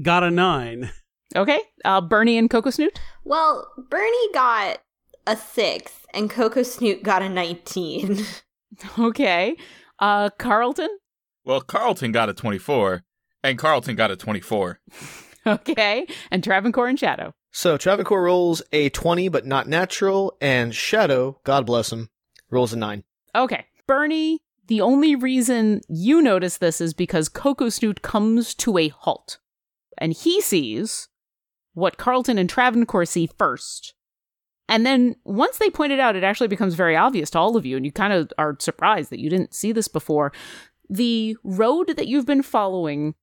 Speaker 3: got a nine.
Speaker 7: okay, uh, Bernie and Coco Snoot. (laughs)
Speaker 6: Well, Bernie got a six, and Coco Snoot got a nineteen. (laughs)
Speaker 7: Okay, uh, Carlton. (laughs)
Speaker 5: Well, Carlton got a 24, and Carlton got a 24.
Speaker 7: Okay, and Travancore and Shadow.
Speaker 4: So Travancore rolls a twenty, but not natural, and Shadow, God bless him, rolls a nine.
Speaker 7: Okay. Bernie, the only reason you notice this is because Coco Snoot comes to a halt. And he sees what Carlton and Travancore see first. And then once they point it out, it actually becomes very obvious to all of you, and you kind of are surprised that you didn't see this before. The road that you've been following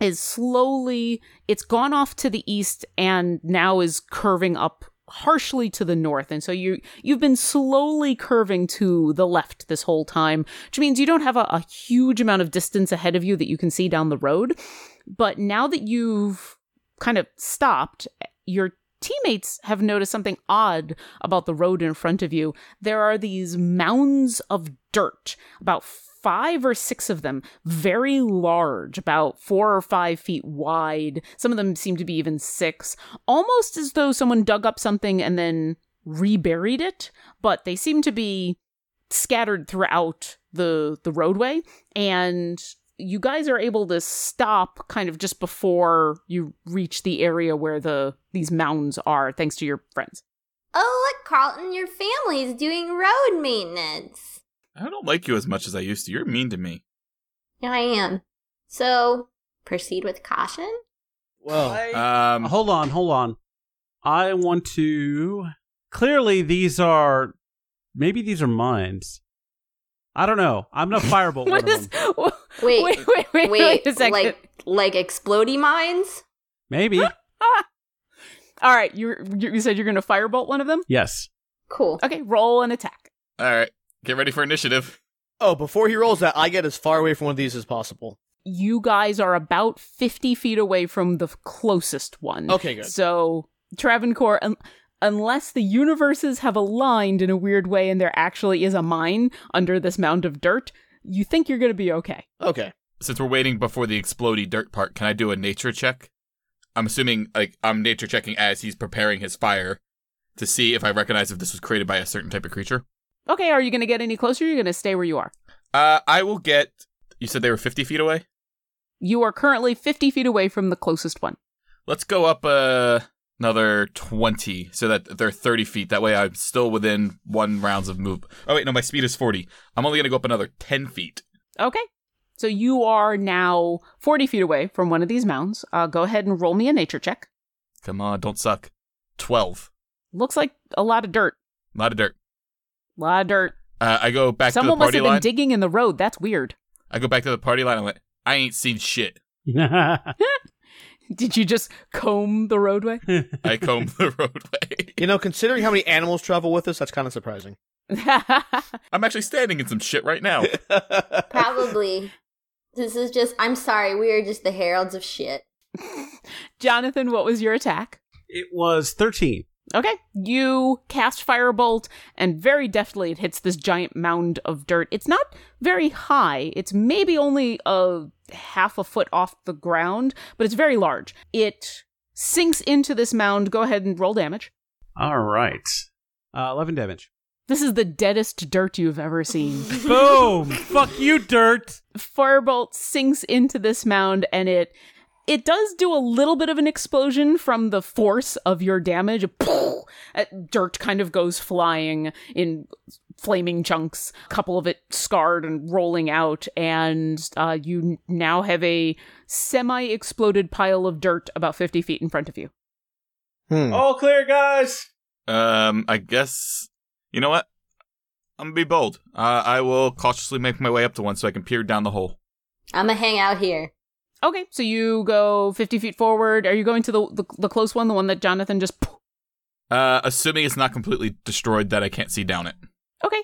Speaker 7: is slowly it's gone off to the east and now is curving up harshly to the north and so you you've been slowly curving to the left this whole time which means you don't have a, a huge amount of distance ahead of you that you can see down the road but now that you've kind of stopped your teammates have noticed something odd about the road in front of you there are these mounds of dirt about five or six of them, very large, about four or five feet wide. Some of them seem to be even six, almost as though someone dug up something and then reburied it, but they seem to be scattered throughout the the roadway and you guys are able to stop kind of just before you reach the area where the these mounds are thanks to your friends.
Speaker 6: oh, look, Carlton, your family's doing road maintenance.
Speaker 5: I don't like you as much as I used to. You're mean to me.
Speaker 6: I am. So proceed with caution.
Speaker 4: Well,
Speaker 5: Um,
Speaker 3: hold on, hold on. I want to. Clearly, these are. Maybe these are mines. I don't know. I'm gonna
Speaker 7: (laughs)
Speaker 3: firebolt Oh, one of them.
Speaker 7: What is
Speaker 6: Wait,
Speaker 7: wait wait (laughs) wait wait, wait a second.
Speaker 6: like like explodey mines.
Speaker 3: Maybe.
Speaker 7: All right, you you you said you're going to firebolt one of them.
Speaker 3: yes. (laughs)
Speaker 6: Cool.
Speaker 7: Okay, roll an attack.
Speaker 5: all right, get ready for initiative.
Speaker 4: oh, before he rolls that, I get as far away from one of these as possible.
Speaker 7: You guys are about fifty feet away from the closest one.
Speaker 4: Okay, good.
Speaker 7: So Travancore, un- unless the universes have aligned in a weird way and there actually is a mine under this mound of dirt, you think you're going to be okay.
Speaker 4: Okay,
Speaker 5: Since we're waiting before the explodey dirt part, can I do a nature check? I'm assuming like I'm nature checking as he's preparing his fire to see if I recognize if this was created by a certain type of creature.
Speaker 7: Okay, are you going to get any closer? You're going to stay where you are.
Speaker 5: Uh, I will get. You said they were 50 feet away.
Speaker 7: You are currently fifty feet away from the closest one.
Speaker 5: Let's go up uh, another 20 so that they're 30 feet. That way I'm still within one rounds of move. Oh, wait, no, my speed is 40. I'm only going to go up another 10 feet.
Speaker 7: Okay. So you are now 40 feet away from one of these mounds. Uh, go ahead and roll me a nature check.
Speaker 5: Come on, don't suck. 12.
Speaker 7: Looks like a lot of dirt.
Speaker 5: A lot of dirt.
Speaker 7: A lot of dirt.
Speaker 5: Uh, I go back
Speaker 7: Someone
Speaker 5: to the
Speaker 7: must
Speaker 5: party
Speaker 7: have been
Speaker 5: line.
Speaker 7: digging in the road. That's weird.
Speaker 5: I go back to the party line. I went, I ain't seen shit.
Speaker 7: Did you just comb the roadway? (laughs)
Speaker 5: I comb the (laughs) roadway.
Speaker 4: you know, considering how many animals travel with us, that's kind of surprising. (laughs)
Speaker 5: I'm actually standing in some shit right now.
Speaker 4: Hmm.
Speaker 7: (laughs)
Speaker 6: Probably. This is just. I'm sorry. We are just the heralds of shit.
Speaker 7: Jonathan, what was your attack?
Speaker 3: It was 13.
Speaker 7: Okay. You cast Firebolt, and very deftly it hits this giant mound of dirt. It's not very high. It's maybe only a half a foot off the ground, but it's very large. It sinks into this mound. Go ahead and roll damage.
Speaker 3: All right. Uh, 11
Speaker 7: (laughs)
Speaker 3: damage.
Speaker 7: This is the deadest dirt you've ever seen.
Speaker 3: Boom! Fuck you, dirt!
Speaker 7: firebolt sinks into this mound and it it does do a little bit of an explosion from the force of your damage. Poof! Uh, Dirt kind of goes flying in flaming chunks, a couple of it scarred and rolling out, and uh, you n- now have a semi exploded pile of dirt about 50 feet in front of you.
Speaker 3: (laughs)
Speaker 4: Hmm.
Speaker 3: All clear, guys!
Speaker 5: Um, I guess you know what? I'm gonna be bold. Uh, I will cautiously make my way up to one so I can peer down the hole.
Speaker 6: I'm gonna hang out
Speaker 7: (laughs)
Speaker 6: here.
Speaker 7: Okay, so you go 50 feet forward. Are you going to the, the, the close one, the one that Jonathan just poof,
Speaker 5: Uh, assuming it's not completely destroyed that I can't see down it.
Speaker 7: Okay.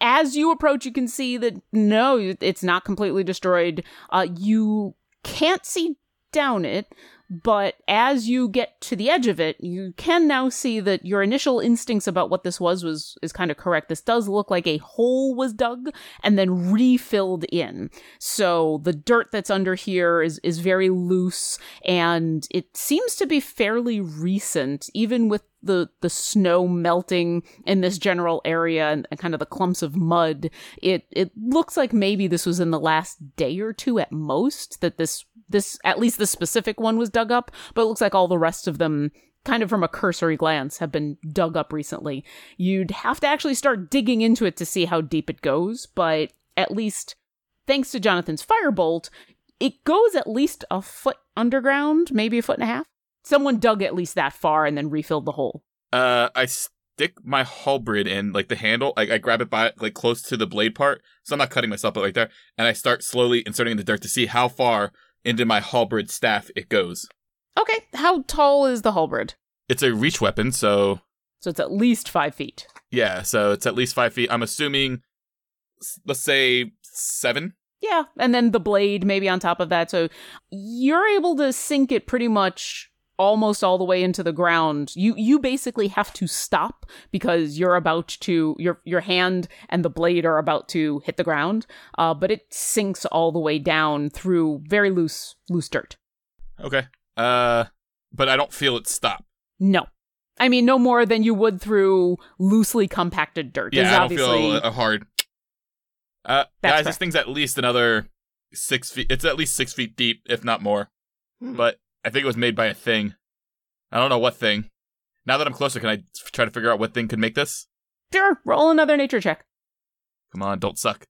Speaker 7: As you approach, you can see that no, it's not completely destroyed. Uh, you can't see down it, but as you get to the edge of it, you can now see that your initial instincts about what this was was is kind of correct. This does look like a hole was dug and then refilled in. So the dirt that's under here is is very loose and it seems to be fairly recent, even with the the snow melting in this general area and, and kind of the clumps of mud. It it looks like maybe this was in the last day or two at most that this this at least this specific one was dug up, but it looks like all the rest of them kind of from a cursory glance have been dug up recently. You'd have to actually start digging into it to see how deep it goes, but at least thanks to Jonathan's firebolt, it goes at least a foot underground, maybe a foot and a half. Someone dug at least that far and then refilled the hole.
Speaker 5: Uh, I stick my halberd in, like the handle. I, I grab it by like close to the blade part, so I'm not cutting myself, but right there. And I start slowly inserting in the dirt to see how far into my halberd staff it goes.
Speaker 7: Okay, how tall is the halberd?
Speaker 5: It's a reach weapon, so
Speaker 7: So it's at least five feet.
Speaker 5: yeah, so it's at least five feet. I'm assuming, s- let's say seven.
Speaker 7: Yeah, and then the blade maybe on top of that. So you're able to sink it pretty much almost all the way into the ground. You you basically have to stop because you're about to your your hand and the blade are about to hit the ground. Uh, but it sinks all the way down through very loose loose dirt.
Speaker 5: Okay. Uh, but I don't feel it stop.
Speaker 7: No. I mean, no more than you would through loosely compacted dirt. This
Speaker 5: Yeah,
Speaker 7: is
Speaker 5: I don't
Speaker 7: obviously-
Speaker 5: feel a, a hard. Uh,
Speaker 7: That's
Speaker 5: guys,
Speaker 7: correct.
Speaker 5: this thing's at least another six feet. It's at least six feet deep, if not more.
Speaker 7: Hmm.
Speaker 5: But I think it was made by a thing. I don't know what thing. Now that I'm closer, can I f- try to figure out what thing could make this?
Speaker 7: Sure, roll another nature check.
Speaker 5: Come on, don't suck.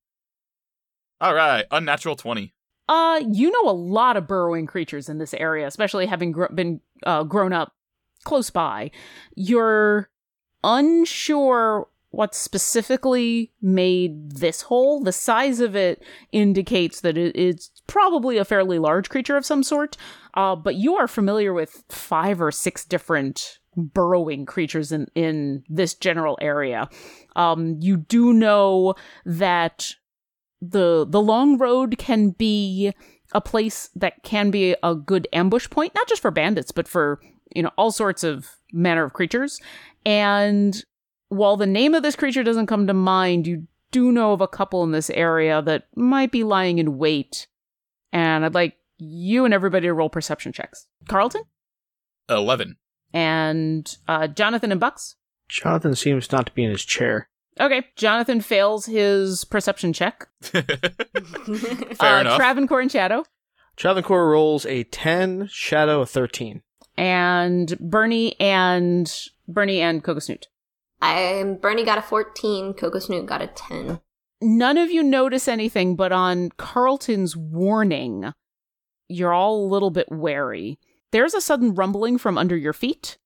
Speaker 5: All right, unnatural twenty.
Speaker 7: Uh, you know a lot of burrowing creatures in this area, especially having gr- been uh, grown up close by. You're unsure what specifically made this hole. The size of it indicates that it, it's probably a fairly large creature of some sort, uh, but you are familiar with five or six different burrowing creatures in, in this general area. Um, you do know that the the long road can be a place that can be a good ambush point not just for bandits but for you know all sorts of manner of creatures and while the name of this creature doesn't come to mind you do know of a couple in this area that might be lying in wait and i'd like you and everybody to roll perception checks carlton
Speaker 5: Eleven. (laughs)
Speaker 7: and uh, jonathan and bucks
Speaker 4: Jonathan seems not to be in his chair.
Speaker 7: okay jonathan fails his perception check
Speaker 5: Fair
Speaker 7: uh,
Speaker 5: enough.
Speaker 7: travancore and shadow
Speaker 4: Travancore rolls a 10, Shadow a 13.
Speaker 7: and Bernie and Bernie and Coco Snoot.
Speaker 6: I Bernie got a 14. Coco Snoot got a 10.
Speaker 7: None of you notice anything, but on Carlton's warning, you're all a little bit wary. There's a sudden rumbling from under your feet,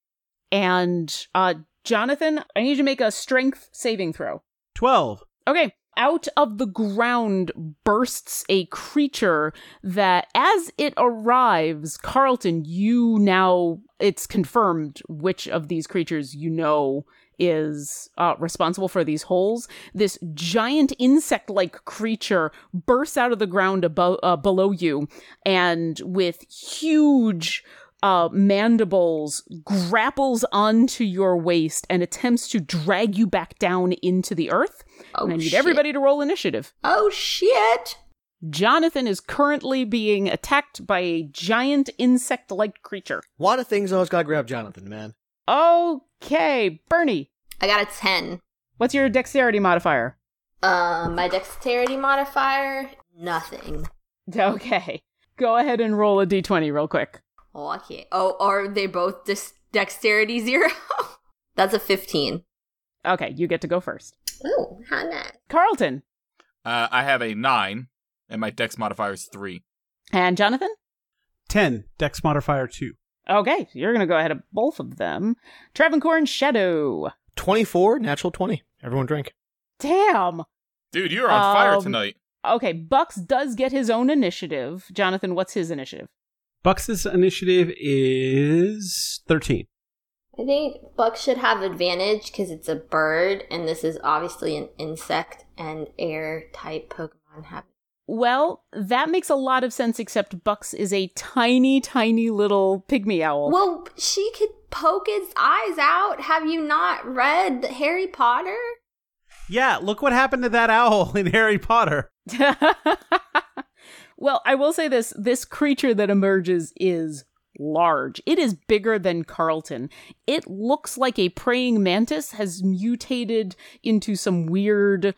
Speaker 7: and uh, Jonathan, I need you to make a strength saving throw.
Speaker 3: 12.
Speaker 7: Okay. Out of the ground bursts a creature that, as it arrives, Carlton, you now, it's confirmed which of these creatures you know is uh, responsible for these holes. This giant insect like creature bursts out of the ground abo- uh, below you and with huge uh, mandibles grapples onto your waist and attempts to drag you back down into the earth
Speaker 6: Oh,
Speaker 7: and I need
Speaker 6: shit.
Speaker 7: everybody to roll initiative.
Speaker 6: Oh shit!
Speaker 7: Jonathan is currently being attacked by a giant insect like creature.
Speaker 4: A lot of things always got to grab Jonathan, man.
Speaker 7: Okay, Bernie,
Speaker 6: I got a 10.
Speaker 7: what's your dexterity modifier? (laughs)
Speaker 6: Uh, my dexterity modifier, nothing.
Speaker 7: Okay, go ahead and roll a d20 real quick.
Speaker 6: Okay. Oh, are they both dis- dexterity zero? (laughs) That's a 15.
Speaker 7: Okay, you get to go first.
Speaker 6: Oh, how nice.
Speaker 7: Carlton
Speaker 5: Uh, I have a nine, and my dex modifier is three.
Speaker 7: and Jonathan?
Speaker 3: 10. Dex modifier 2.
Speaker 7: Okay, you're going to go ahead of both of them. Travancore and Shadow.
Speaker 4: 24, natural 20. Everyone drink.
Speaker 7: Damn.
Speaker 5: Dude, you're on fire
Speaker 7: Um,
Speaker 5: tonight.
Speaker 7: Okay, Bucks does get his own initiative. Jonathan, what's his initiative?
Speaker 3: Bucks' initiative is 13.
Speaker 6: I think Buck should have advantage because it's a bird, and this is obviously an insect and air type Pokemon. Have
Speaker 7: Well, that makes a lot of sense, except Bucks is a tiny, tiny little pygmy owl.
Speaker 6: well, she could poke his eyes out. Have you not read Harry Potter?
Speaker 3: Yeah, look what happened to that owl (laughs) in Harry Potter.
Speaker 7: (laughs) well, I will say this this creature that emerges is large. It is bigger than Carlton. It looks like a praying mantis has mutated into some weird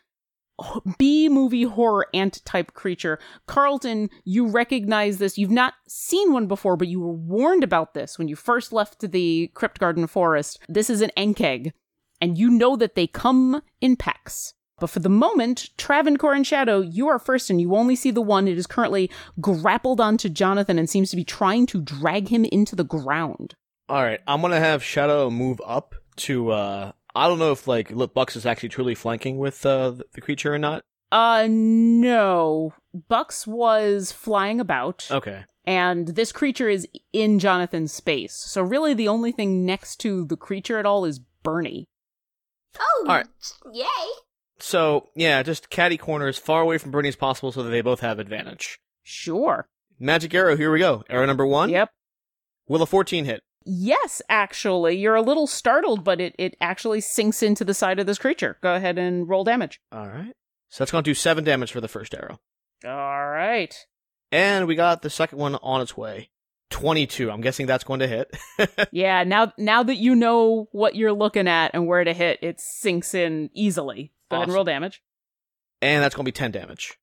Speaker 7: B movie horror ant type creature. Carlton, you recognize this. You've not seen one before, but you were warned about this when you first left the Crypt Garden Forest. This is an Enkeg, and you know that they come in packs. But for the moment, Travancore and Shadow, you are first and you only see the one. It is currently grappled onto Jonathan and seems to be trying to drag him into the ground.
Speaker 4: All right, I'm gonna have Shadow move up to. uh I don't know if like Lip Bucks is actually truly flanking with uh, th- the creature or not.
Speaker 7: Uh, no. Bucks was flying about.
Speaker 4: Okay,
Speaker 7: and this creature is in Jonathan's space. So really the only thing next to the creature at all is Bernie.
Speaker 6: Oh,
Speaker 4: All right.
Speaker 6: yay!
Speaker 4: so yeah, just caddy corner as far away from Bernie as possible so that they both have advantage.
Speaker 7: Sure.
Speaker 4: Magic arrow, here we go. Arrow number one.
Speaker 7: Yep.
Speaker 4: Will a 14 hit?
Speaker 7: Yes, actually. You're a little startled, but it, it actually sinks into the side of this creature. Go ahead and roll damage.
Speaker 4: All right. So that's gonna do seven damage for the first arrow,
Speaker 7: All right.
Speaker 4: and we got the second one on its way. 22. I'm guessing that's going to hit. (laughs)
Speaker 7: yeah, now now that you know what you're looking at and where to hit, it sinks in easily. Go ahead and
Speaker 4: Awesome.
Speaker 7: roll damage.
Speaker 4: and that's going to be 10 damage.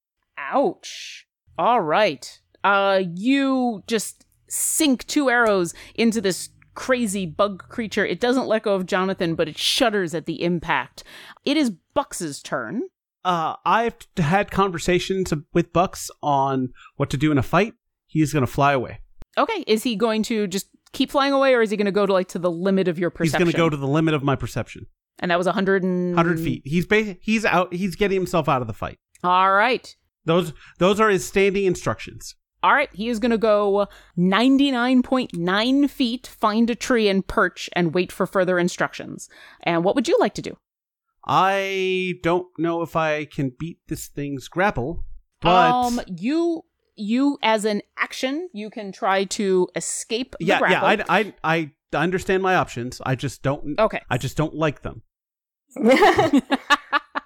Speaker 7: Ouch. All right. Uh you just sink two arrows into this crazy bug creature. It doesn't let go of Jonathan, but it shudders at the impact. It is Bucks's turn.
Speaker 3: Uh, I've t- had conversations with Bucks on what to do in a fight. He's going to fly away.
Speaker 7: Okay, is he going to just keep flying away or is he going to go to like to the limit of your perception? Mm.
Speaker 3: He's going to go to the limit of my perception.
Speaker 7: And that was 100 and
Speaker 3: 100 feet. He's ba- he's out he's getting himself out of the fight.
Speaker 7: All right.
Speaker 3: Those those are his standing instructions.
Speaker 7: All right, he is going to go 99.9 feet, find a tree and perch and wait for further instructions. And what would you like to do?
Speaker 3: I don't know if I can beat this thing's grapple, but
Speaker 7: um, you you as an action, you can try to escape the
Speaker 3: yeah, yeah,
Speaker 7: grapple.
Speaker 3: I, I I understand my options. I just don't
Speaker 7: Okay.
Speaker 3: I just don't like them. (laughs)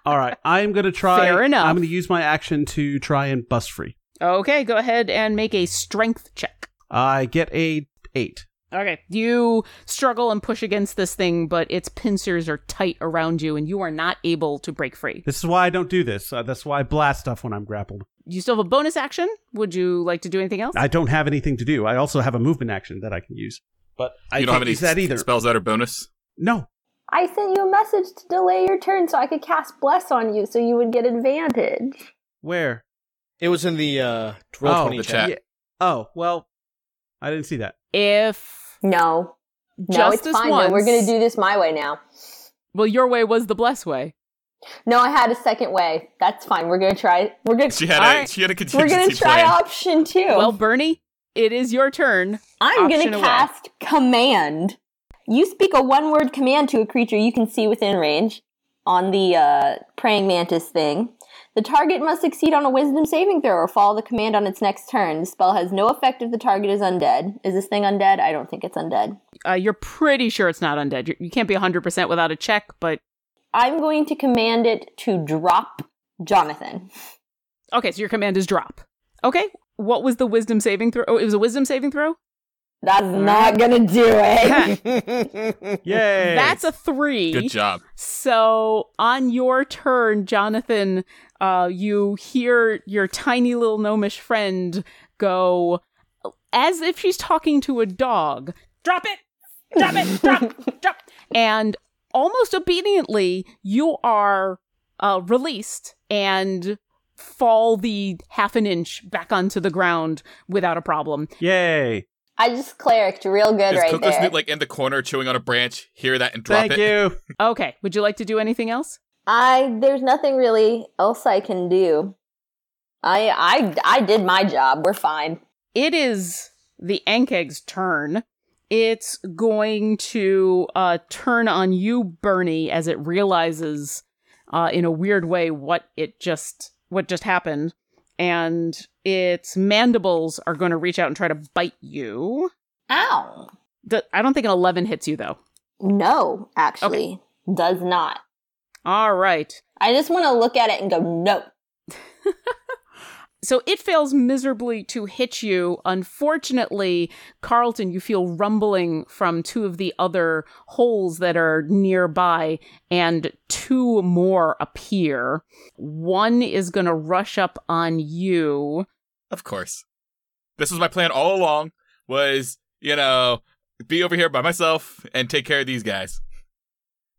Speaker 3: All
Speaker 7: (laughs)
Speaker 3: right, I'm going to try
Speaker 7: Fair enough.
Speaker 3: I'm going to use my action to try and bust free.
Speaker 7: (laughs) okay, go ahead and make a strength check.
Speaker 3: I get a 8.
Speaker 7: Okay, you struggle and push against this thing, but its pincers are tight around you, and you are not able to break free.
Speaker 3: This is why I don't do this. Uh, that's why I blast stuff when I'm grappled.
Speaker 7: You still have a bonus action. Would you like to do anything else?
Speaker 3: I don't have anything to do. I also have a movement action that I can use. But I
Speaker 5: you don't
Speaker 3: can't
Speaker 5: have any
Speaker 3: use that
Speaker 5: s-
Speaker 3: either.
Speaker 5: spells that are bonus.
Speaker 3: No.
Speaker 6: I sent you a message to delay your turn so I could cast Bless on you so you would get advantage.
Speaker 3: Where?
Speaker 4: It was in the uh, roll
Speaker 3: oh,
Speaker 4: 20
Speaker 5: the
Speaker 4: chat.
Speaker 5: chat.
Speaker 3: yeah. Oh, well, I didn't see that.
Speaker 7: if
Speaker 6: No. No,
Speaker 7: Just
Speaker 6: it's
Speaker 7: this
Speaker 6: fine.
Speaker 7: once.
Speaker 6: Though. We're going to do this my way now.
Speaker 7: well, your way was the bless way.
Speaker 6: No, I had a second way. That's fine. We're going to try. We're going
Speaker 5: She
Speaker 6: to.
Speaker 5: had a
Speaker 7: Alright.
Speaker 5: she had a
Speaker 6: We're
Speaker 5: contingency
Speaker 6: going to try
Speaker 5: plan.
Speaker 6: option two.
Speaker 7: Well, Bernie, it is your turn.
Speaker 6: Oh. I'm going
Speaker 7: option
Speaker 6: to
Speaker 7: away.
Speaker 6: cast command. You speak a one word command to a creature you can see within range on the uh, praying mantis thing. The target must succeed on a wisdom saving throw or follow the command on its next turn. The spell has no effect if the target is undead. Is this thing undead? I don't think it's undead.
Speaker 7: Uh, you're pretty sure it's not undead. You're, you can't be 100% without a check, but
Speaker 6: I'm going to command it to drop Jonathan.
Speaker 7: okay, so your command is drop. Okay. What was the wisdom saving throw? Oh, it was a wisdom
Speaker 5: (laughs)
Speaker 7: saving throw?
Speaker 8: That's not gonna do
Speaker 7: (laughs)
Speaker 8: it.
Speaker 3: Yay!
Speaker 7: (laughs) That's a three.
Speaker 5: Good job.
Speaker 7: So on your turn, Jonathan, uh, you hear your tiny little gnomish friend go as if she's talking to a dog. Drop it! Drop it! Drop! drop! And almost obediently, you are uh, released and fall the half an inch back onto the ground without a problem.
Speaker 3: Yay!
Speaker 8: I just clericed real good
Speaker 5: Is
Speaker 8: right
Speaker 5: Coco
Speaker 8: there.
Speaker 5: Snoop like in the corner chewing on a branch? Hear that and drop
Speaker 3: Thank
Speaker 5: it.
Speaker 3: you.
Speaker 7: (laughs) Okay, would you like to do anything else?
Speaker 8: I there's nothing really else I can do. I I I did my job. We're fine.
Speaker 7: it is the Ankeg's turn. It's going to uh, turn on you, Bernie, as it realizes, uh, in a weird way, what it just what just happened, and its mandibles are going to reach out and try to bite you.
Speaker 8: Ow.
Speaker 7: D- I don't think an eleven hits you though.
Speaker 8: No, actually, does not.
Speaker 7: All right,
Speaker 8: I just want to look at it and go no.
Speaker 7: So it fails miserably to hit you. Unfortunately, Carlton, you feel rumbling from two of the other holes that are nearby, and two more appear. One is going to rush up on you.
Speaker 5: Of course. This was my plan all along was, you know, be over here by myself and take care of these guys.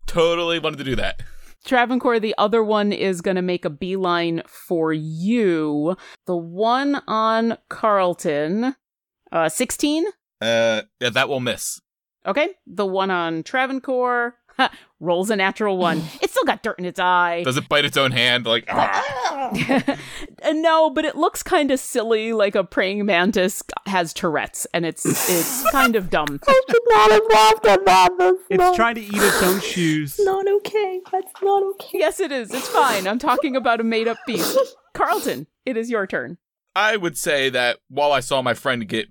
Speaker 5: Totally wanted to do that.
Speaker 7: Travancore, the other one is going to make a beeline for you. The one on Carlton, uh, 16.
Speaker 5: Uh yeah, that will miss.
Speaker 7: Okay. The one on Travancore (laughs) rolls a natural one. It's still got dirt in its eye.
Speaker 5: Does it bite its own hand like "Ah."
Speaker 7: Uh, no, but it looks kind of silly, like a praying mantis has Tourette's, and it's it's (laughs) kind of dumb.
Speaker 3: It's trying to eat its own
Speaker 7: (laughs)
Speaker 3: shoes.
Speaker 8: Not okay. That's not okay.
Speaker 7: Yes, it is. It's fine. I'm talking about a made up beast. Carlton, it is your turn.
Speaker 5: I would say that while I saw my friend get,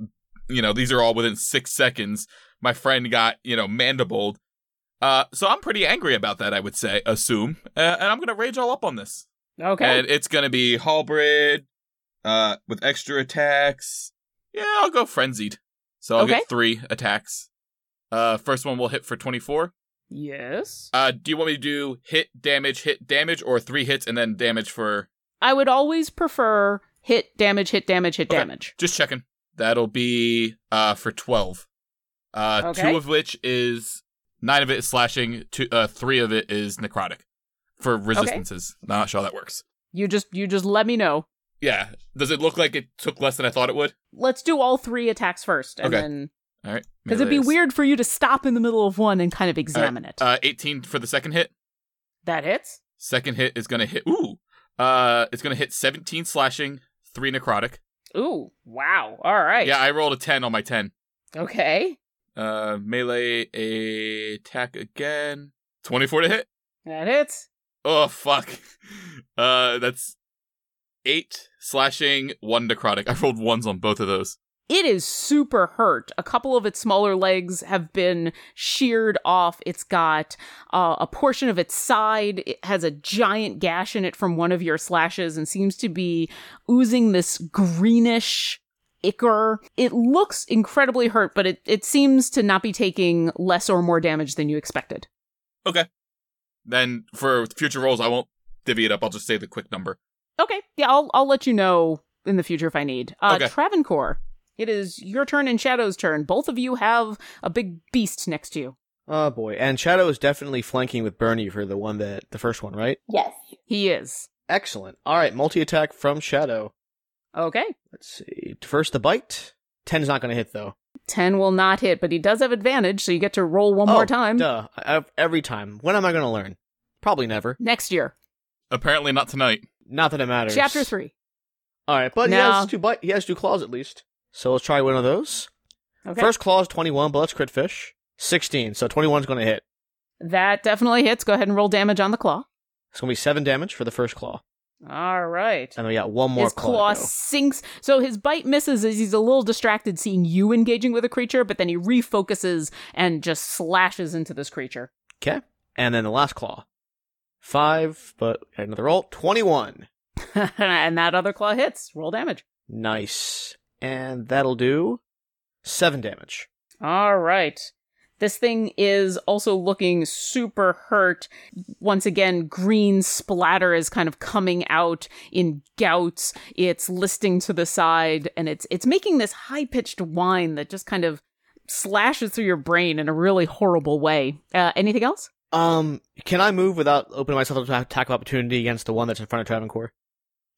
Speaker 5: you know, these are all within six seconds, my friend got, you know, mandibled. Uh, so I'm pretty angry about that, I would say, assume. Uh, and I'm going to rage all up on this.
Speaker 7: Okay.
Speaker 5: And it's going to be Halberd uh, with extra attacks. Yeah, I'll go Frenzied. So I'll
Speaker 7: Okay.
Speaker 5: get three attacks. Uh, first one will hit for 24.
Speaker 7: yes.
Speaker 5: Uh, do you want me to do hit, damage, hit, damage, or three hits and then damage for.
Speaker 7: I would always prefer hit, damage, hit, damage, hit,
Speaker 5: Okay.
Speaker 7: damage.
Speaker 5: Just checking. That'll be uh for twelve. Uh,
Speaker 7: Okay.
Speaker 5: two of which is nine of it is slashing. Two, uh, three of it is necrotic for resistances. Not sure how that works.
Speaker 7: You just you just let me know.
Speaker 5: Yeah. Does it look like it took less than I thought it would?
Speaker 7: Let's do all three attacks first, and
Speaker 5: Okay.
Speaker 7: then
Speaker 5: All right.
Speaker 7: because it'd be
Speaker 5: Melees.
Speaker 7: weird for you to stop in the middle of one and kind of
Speaker 5: All right.
Speaker 7: examine it.
Speaker 5: Uh, eighteen for the second hit.
Speaker 7: that hits.
Speaker 5: Second hit is gonna hit. Ooh. Uh, it's gonna hit seventeen slashing, three necrotic.
Speaker 7: Ooh! Wow! All right.
Speaker 5: Yeah, I rolled a ten on my ten.
Speaker 7: Okay.
Speaker 5: Uh, melee attack again. Twenty-four to hit.
Speaker 7: That hits.
Speaker 5: Oh fuck. Uh that's eight slashing, one necrotic. I rolled ones on both of those.
Speaker 7: It is super hurt. A couple of its smaller legs have been sheared off. It's got uh, a portion of its side. It has a giant gash in it from one of your slashes and seems to be oozing this greenish ichor. It looks incredibly hurt, but it, it seems to not be taking less or more damage than you expected.
Speaker 5: Then for future rolls I won't divvy it up, I'll just say the quick number.
Speaker 7: Okay. Yeah, I'll, I'll let you know in the future if I need. Uh,
Speaker 5: Okay.
Speaker 7: Travancore, it is your turn and Shadow's turn. Both of you have a big beast next to you.
Speaker 4: Oh boy, and Shadow is definitely flanking with Bernie for the one that the first one, right?
Speaker 8: Yes.
Speaker 7: He is.
Speaker 4: Excellent. All right, multi attack from Shadow.
Speaker 7: Okay.
Speaker 4: Let's see. First the bite. Ten's not going to hit though.
Speaker 7: 10 will not hit, but he does have advantage, so you get to roll one
Speaker 4: Oh,
Speaker 7: more time
Speaker 4: Duh. I- Every time. When am I going to learn? Probably never.
Speaker 7: next year.
Speaker 5: Apparently not tonight.
Speaker 4: Not that it matters.
Speaker 7: Chapter 3.
Speaker 4: All right, but he
Speaker 7: No.
Speaker 4: has two bite. He has two claws at least. So let's try one of those.
Speaker 7: Okay.
Speaker 4: First claw is twenty-one, but let's crit fish. Sixteen. So twenty-one's going to hit.
Speaker 7: That definitely hits. Go ahead and roll damage on the claw.
Speaker 4: It's going to be seven damage for the first claw,
Speaker 7: All right.
Speaker 4: and we got one more
Speaker 7: His
Speaker 4: claw. to
Speaker 7: claw
Speaker 4: go.
Speaker 7: sinks. So his bite misses as he's a little distracted seeing you engaging with a creature, but then he refocuses and just slashes into this creature. (laughs)
Speaker 4: Okay. And then the last claw. Five, but another roll. 21.
Speaker 7: and that other claw hits. Roll damage.
Speaker 4: Nice. And that'll do seven damage.
Speaker 7: All right. This thing is also looking super hurt. Once again, green splatter is kind of coming out in gouts. It's listing to the side and it's it's making this high-pitched whine that just kind of slashes through your brain in a really horrible way. Uh, anything else?
Speaker 4: Um, can I move without opening myself up to an attack of opportunity against the one that's in front of Travancore?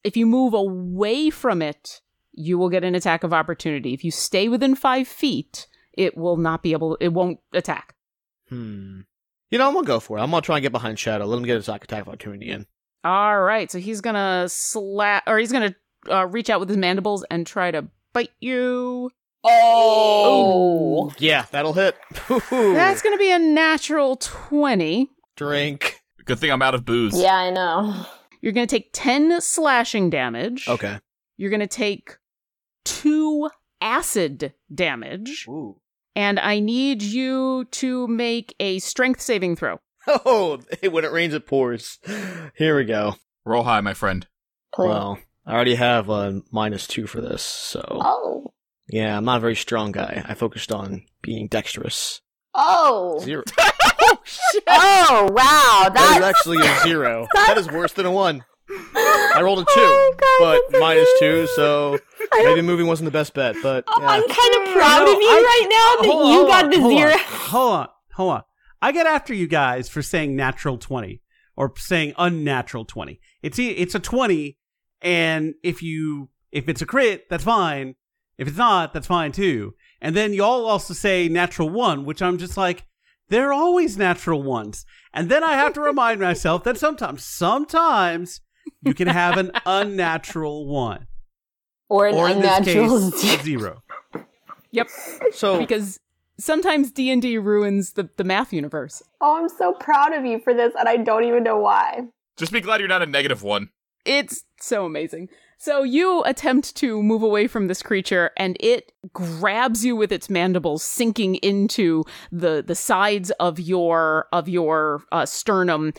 Speaker 7: If you move away from it, you will get an attack of opportunity. If you stay within 5 feet, it will not be able it won't attack.
Speaker 4: Hmm. You know, I'm gonna go for it. I'm gonna try and get behind Shadow. Let him get his attack attack of opportunity in.
Speaker 7: All right, so he's gonna slap, or he's gonna uh, reach out with his mandibles and try to bite you.
Speaker 8: Oh.
Speaker 4: Yeah, that'll hit. (laughs) Ooh.
Speaker 7: That's gonna be a natural twenty.
Speaker 4: drink.
Speaker 5: Good thing I'm out of booze.
Speaker 8: Yeah, I know.
Speaker 7: You're gonna take ten slashing damage.
Speaker 4: Okay.
Speaker 7: You're gonna take two acid damage,
Speaker 4: Ooh.
Speaker 7: and I need you to make a strength saving throw.
Speaker 4: Oh, (laughs) when it rains, it pours. Here we go.
Speaker 5: Roll high, my friend.
Speaker 8: Please.
Speaker 4: Well, I already have a minus two for this, so
Speaker 8: Oh.
Speaker 4: yeah, I'm not a very strong guy. I focused on being dexterous.
Speaker 8: Oh. (laughs)
Speaker 4: Zero.
Speaker 8: Oh, wow.
Speaker 4: That is
Speaker 8: That's
Speaker 4: actually a
Speaker 8: (laughs)
Speaker 4: zero. That is worse than a one. I rolled a
Speaker 8: Oh
Speaker 4: two, but minus two, so maybe moving wasn't the best bet. But yeah.
Speaker 8: Oh, I'm kind of proud
Speaker 3: No,
Speaker 8: of you
Speaker 3: I-
Speaker 8: right now that
Speaker 3: Hold on,
Speaker 8: you
Speaker 3: hold
Speaker 8: got
Speaker 3: on,
Speaker 8: the
Speaker 3: hold
Speaker 8: zero.
Speaker 3: On, hold on, hold on. I get after you guys for saying natural twenty or saying unnatural twenty. It's e- it's a twenty, and if you if it's a crit, that's fine. If it's not, that's fine too. And then y'all also say natural one, which I'm just like, they're always natural ones. And then I
Speaker 8: (laughs)
Speaker 3: have to remind myself that sometimes, sometimes you can
Speaker 8: (laughs)
Speaker 3: have an unnatural one,
Speaker 8: Or an
Speaker 3: or in this
Speaker 8: unnatural
Speaker 3: case,
Speaker 8: zero.
Speaker 3: a zero.
Speaker 7: Yep,
Speaker 4: so
Speaker 7: because sometimes D and D ruins the the math universe.
Speaker 8: (laughs) Oh, I'm so proud of you for this, and I don't even know why.
Speaker 5: Just be glad you're not a negative one.
Speaker 7: It's so amazing. So you attempt to move away from this creature and it grabs you with its mandibles sinking into the the sides of your of your uh, sternum.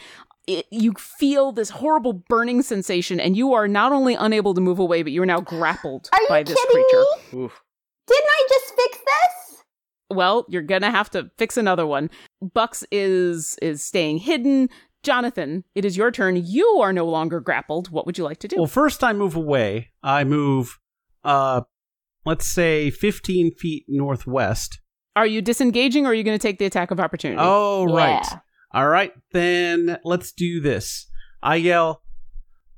Speaker 7: It, you feel this horrible burning sensation and you are not only unable to move away but you are now grappled
Speaker 8: Are you
Speaker 7: by
Speaker 8: kidding
Speaker 7: this creature.
Speaker 8: me?
Speaker 4: oof.
Speaker 8: Didn't I just fix this?
Speaker 7: Well, you're going to have to fix another one. Bucks is is staying hidden. Jonathan, it is your turn. You are no longer grappled. What would you like to do?
Speaker 3: Well, first I move away. I move, uh, let's say fifteen feet northwest.
Speaker 7: Are you disengaging or are you going to take the attack of opportunity?
Speaker 3: Oh, right.
Speaker 8: Yeah.
Speaker 3: All right, then let's do this. I yell,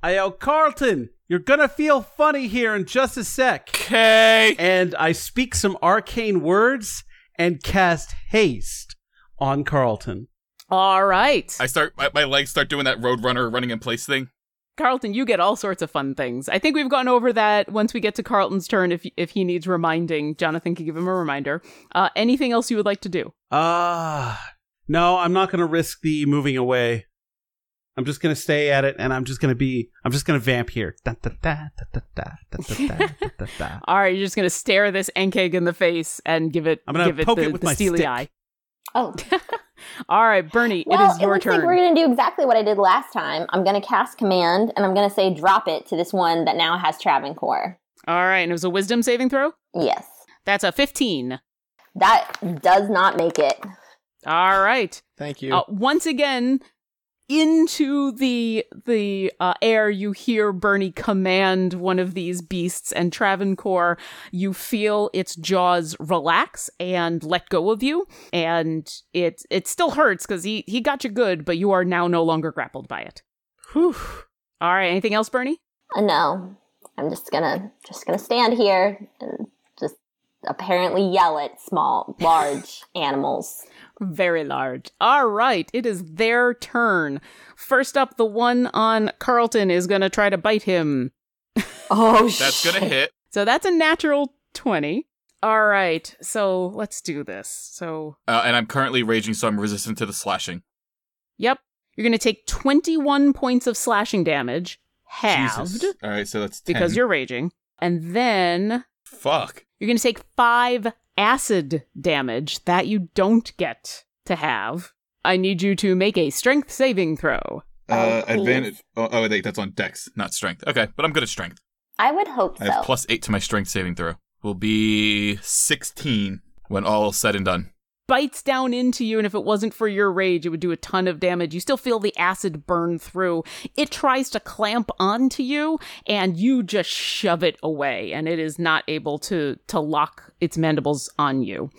Speaker 3: I yell, Carlton, you're gonna feel funny here in just a sec.
Speaker 5: Okay.
Speaker 3: And I speak some arcane words and cast haste on Carlton.
Speaker 7: All right.
Speaker 5: I start. My, my legs start doing that Roadrunner running in place thing.
Speaker 7: Carlton, you get all sorts of fun things. I think we've gone over that once we get to Carlton's turn if if he needs reminding, Jonathan can give him a reminder. Uh, anything else you would like to do?
Speaker 3: Ah, no, I'm not gonna risk the moving away. I'm just gonna stay at it, and I'm just gonna be, I'm just gonna vamp here. Da, da, da, da, da, da, da, da, da, da, (laughs) da.
Speaker 7: All right, you're just going to stare this enkeg in the face and give it
Speaker 3: I'm gonna
Speaker 7: give it
Speaker 3: poke
Speaker 7: the,
Speaker 3: it with
Speaker 7: the
Speaker 3: my
Speaker 7: steely
Speaker 3: stick.
Speaker 7: eye.
Speaker 8: (laughs) Oh.
Speaker 7: All right, Bernie,
Speaker 8: well,
Speaker 7: it is your
Speaker 8: looks
Speaker 7: turn.
Speaker 8: like we're going to do exactly what I did last time. I'm going to cast command, and I'm going to say drop it to this one that now has Travancore.
Speaker 7: all right, and it was a wisdom saving throw?
Speaker 8: Yes.
Speaker 7: That's a 15.
Speaker 8: That does not make it.
Speaker 7: All right.
Speaker 4: Thank you.
Speaker 7: Uh,
Speaker 8: Oh.
Speaker 7: once again, into the the uh, air, you hear Bernie command one of these beasts, and Travancore, you feel its jaws relax and let go of you, and it it still hurts because he he got you good, but you are now no longer grappled by it.
Speaker 4: Whew.
Speaker 7: All right, anything else, Bernie?
Speaker 8: Uh, no. I'm just going to just going to stand here and just apparently yell at small large (laughs) animals.
Speaker 7: Very large. All right, it is their turn. First up, the one on Carlton is going to try to bite him.
Speaker 8: Oh shit.
Speaker 5: That's
Speaker 7: (laughs)
Speaker 5: gonna hit.
Speaker 7: So that's a natural 20. All right. So let's do this. So,
Speaker 5: Uh, and I'm currently raging, so I'm resistant to the slashing.
Speaker 7: yep. You're going to take 21 points of slashing damage, halved,
Speaker 5: Jesus. All right, so that's 10.
Speaker 7: because you're raging. And then
Speaker 5: fuck.
Speaker 7: you're going to take five acid damage that you don't get to have. I need you to make a strength saving throw.
Speaker 8: Oh,
Speaker 5: Uh,
Speaker 8: please.
Speaker 5: advantage. Oh, oh, wait, that's on Dex, not Strength. Okay, but I'm good at Strength.
Speaker 8: I would hope
Speaker 5: I
Speaker 8: so.
Speaker 5: have plus eight to my strength saving throw. Will be 16 when all is said and done.
Speaker 7: bites down into you, and if it wasn't for your rage, it would do a ton of damage. You still feel the acid burn through. It tries to clamp onto you, and you just shove it away, and it is not able to to lock its mandibles on you.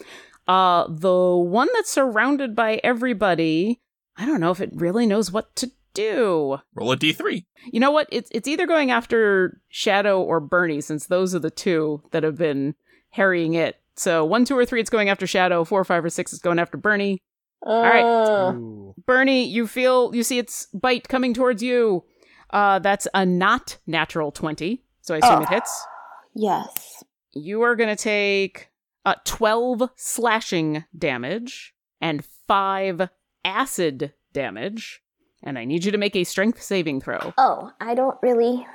Speaker 7: Uh, the one that's surrounded by everybody, I don't know if it really knows what to do.
Speaker 5: Roll a d3.
Speaker 7: You know what? It's it's either going after Shadow or Bernie, since those are the two that have been harrying it. So one, two, or three, it's going after Shadow. Four, five, or six, it's going after Bernie.
Speaker 8: all
Speaker 7: right.
Speaker 3: Ooh.
Speaker 7: Bernie, you feel you see its bite coming towards you. Uh, that's a not natural twenty, so I assume it hits.
Speaker 8: Yes.
Speaker 7: You are going to take uh, twelve slashing damage and five acid damage, and I need you to make a strength saving throw.
Speaker 8: Oh, I don't really.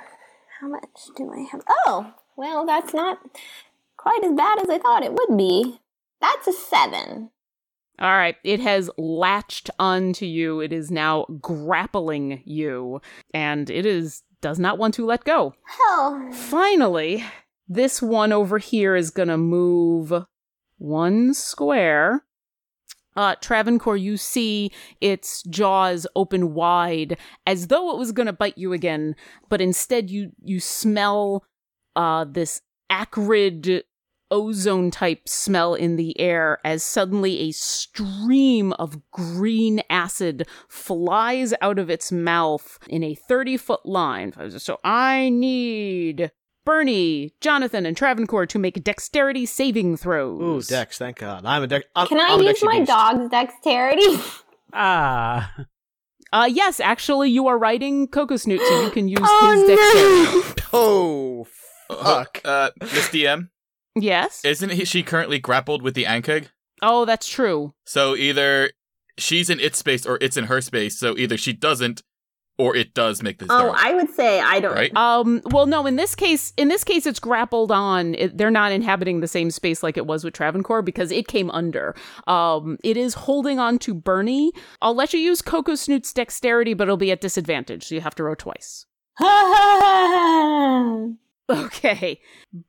Speaker 8: How much do I have? Oh, well, that's not quite as bad as I thought it would be. That's a seven.
Speaker 7: All right, it has latched onto you. It is now grappling you, and it is does not want to let go.
Speaker 8: Hell.
Speaker 7: Finally, this one over here is gonna move one square. Uh, Travancore, you see its jaws open wide as though it was gonna bite you again, but instead you you smell uh this acrid ozone type smell in the air as suddenly a stream of green acid flies out of its mouth in a 30 foot line. So I need Bernie, Jonathan, and Travancore to make dexterity saving
Speaker 4: Ooh,
Speaker 7: throws.
Speaker 4: Dex, thank God. I'm a Dex. I'm,
Speaker 8: Can I
Speaker 4: I'm a
Speaker 8: use
Speaker 4: Dexy
Speaker 8: my
Speaker 4: beast.
Speaker 8: dog's dexterity?
Speaker 3: Ah.
Speaker 7: Uh, yes, actually, you are riding Coco Snoot, so you
Speaker 4: (gasps)
Speaker 7: can use his dexterity.
Speaker 8: (laughs) oh, (laughs)
Speaker 4: Oh,
Speaker 5: Uh,
Speaker 4: fuck.
Speaker 5: Uh, Miss DM,
Speaker 7: Yes.
Speaker 5: isn't he, she currently grappled with the Ankeg?
Speaker 7: oh, that's true.
Speaker 5: So either she's in its space or it's in her space. So either she doesn't or it does make this
Speaker 8: no. Oh,
Speaker 5: throw,
Speaker 8: I would say I don't. (laughs)
Speaker 5: right?
Speaker 7: Um, well, no. In this case, in this case, it's grappled on. It, they're not inhabiting the same space like it was with Travancore because it came under. Um, it is holding on to Bernie. I'll let you use Coco Snoot's dexterity, but it'll be at disadvantage, so you have to row twice. (laughs)
Speaker 8: I
Speaker 7: Okay,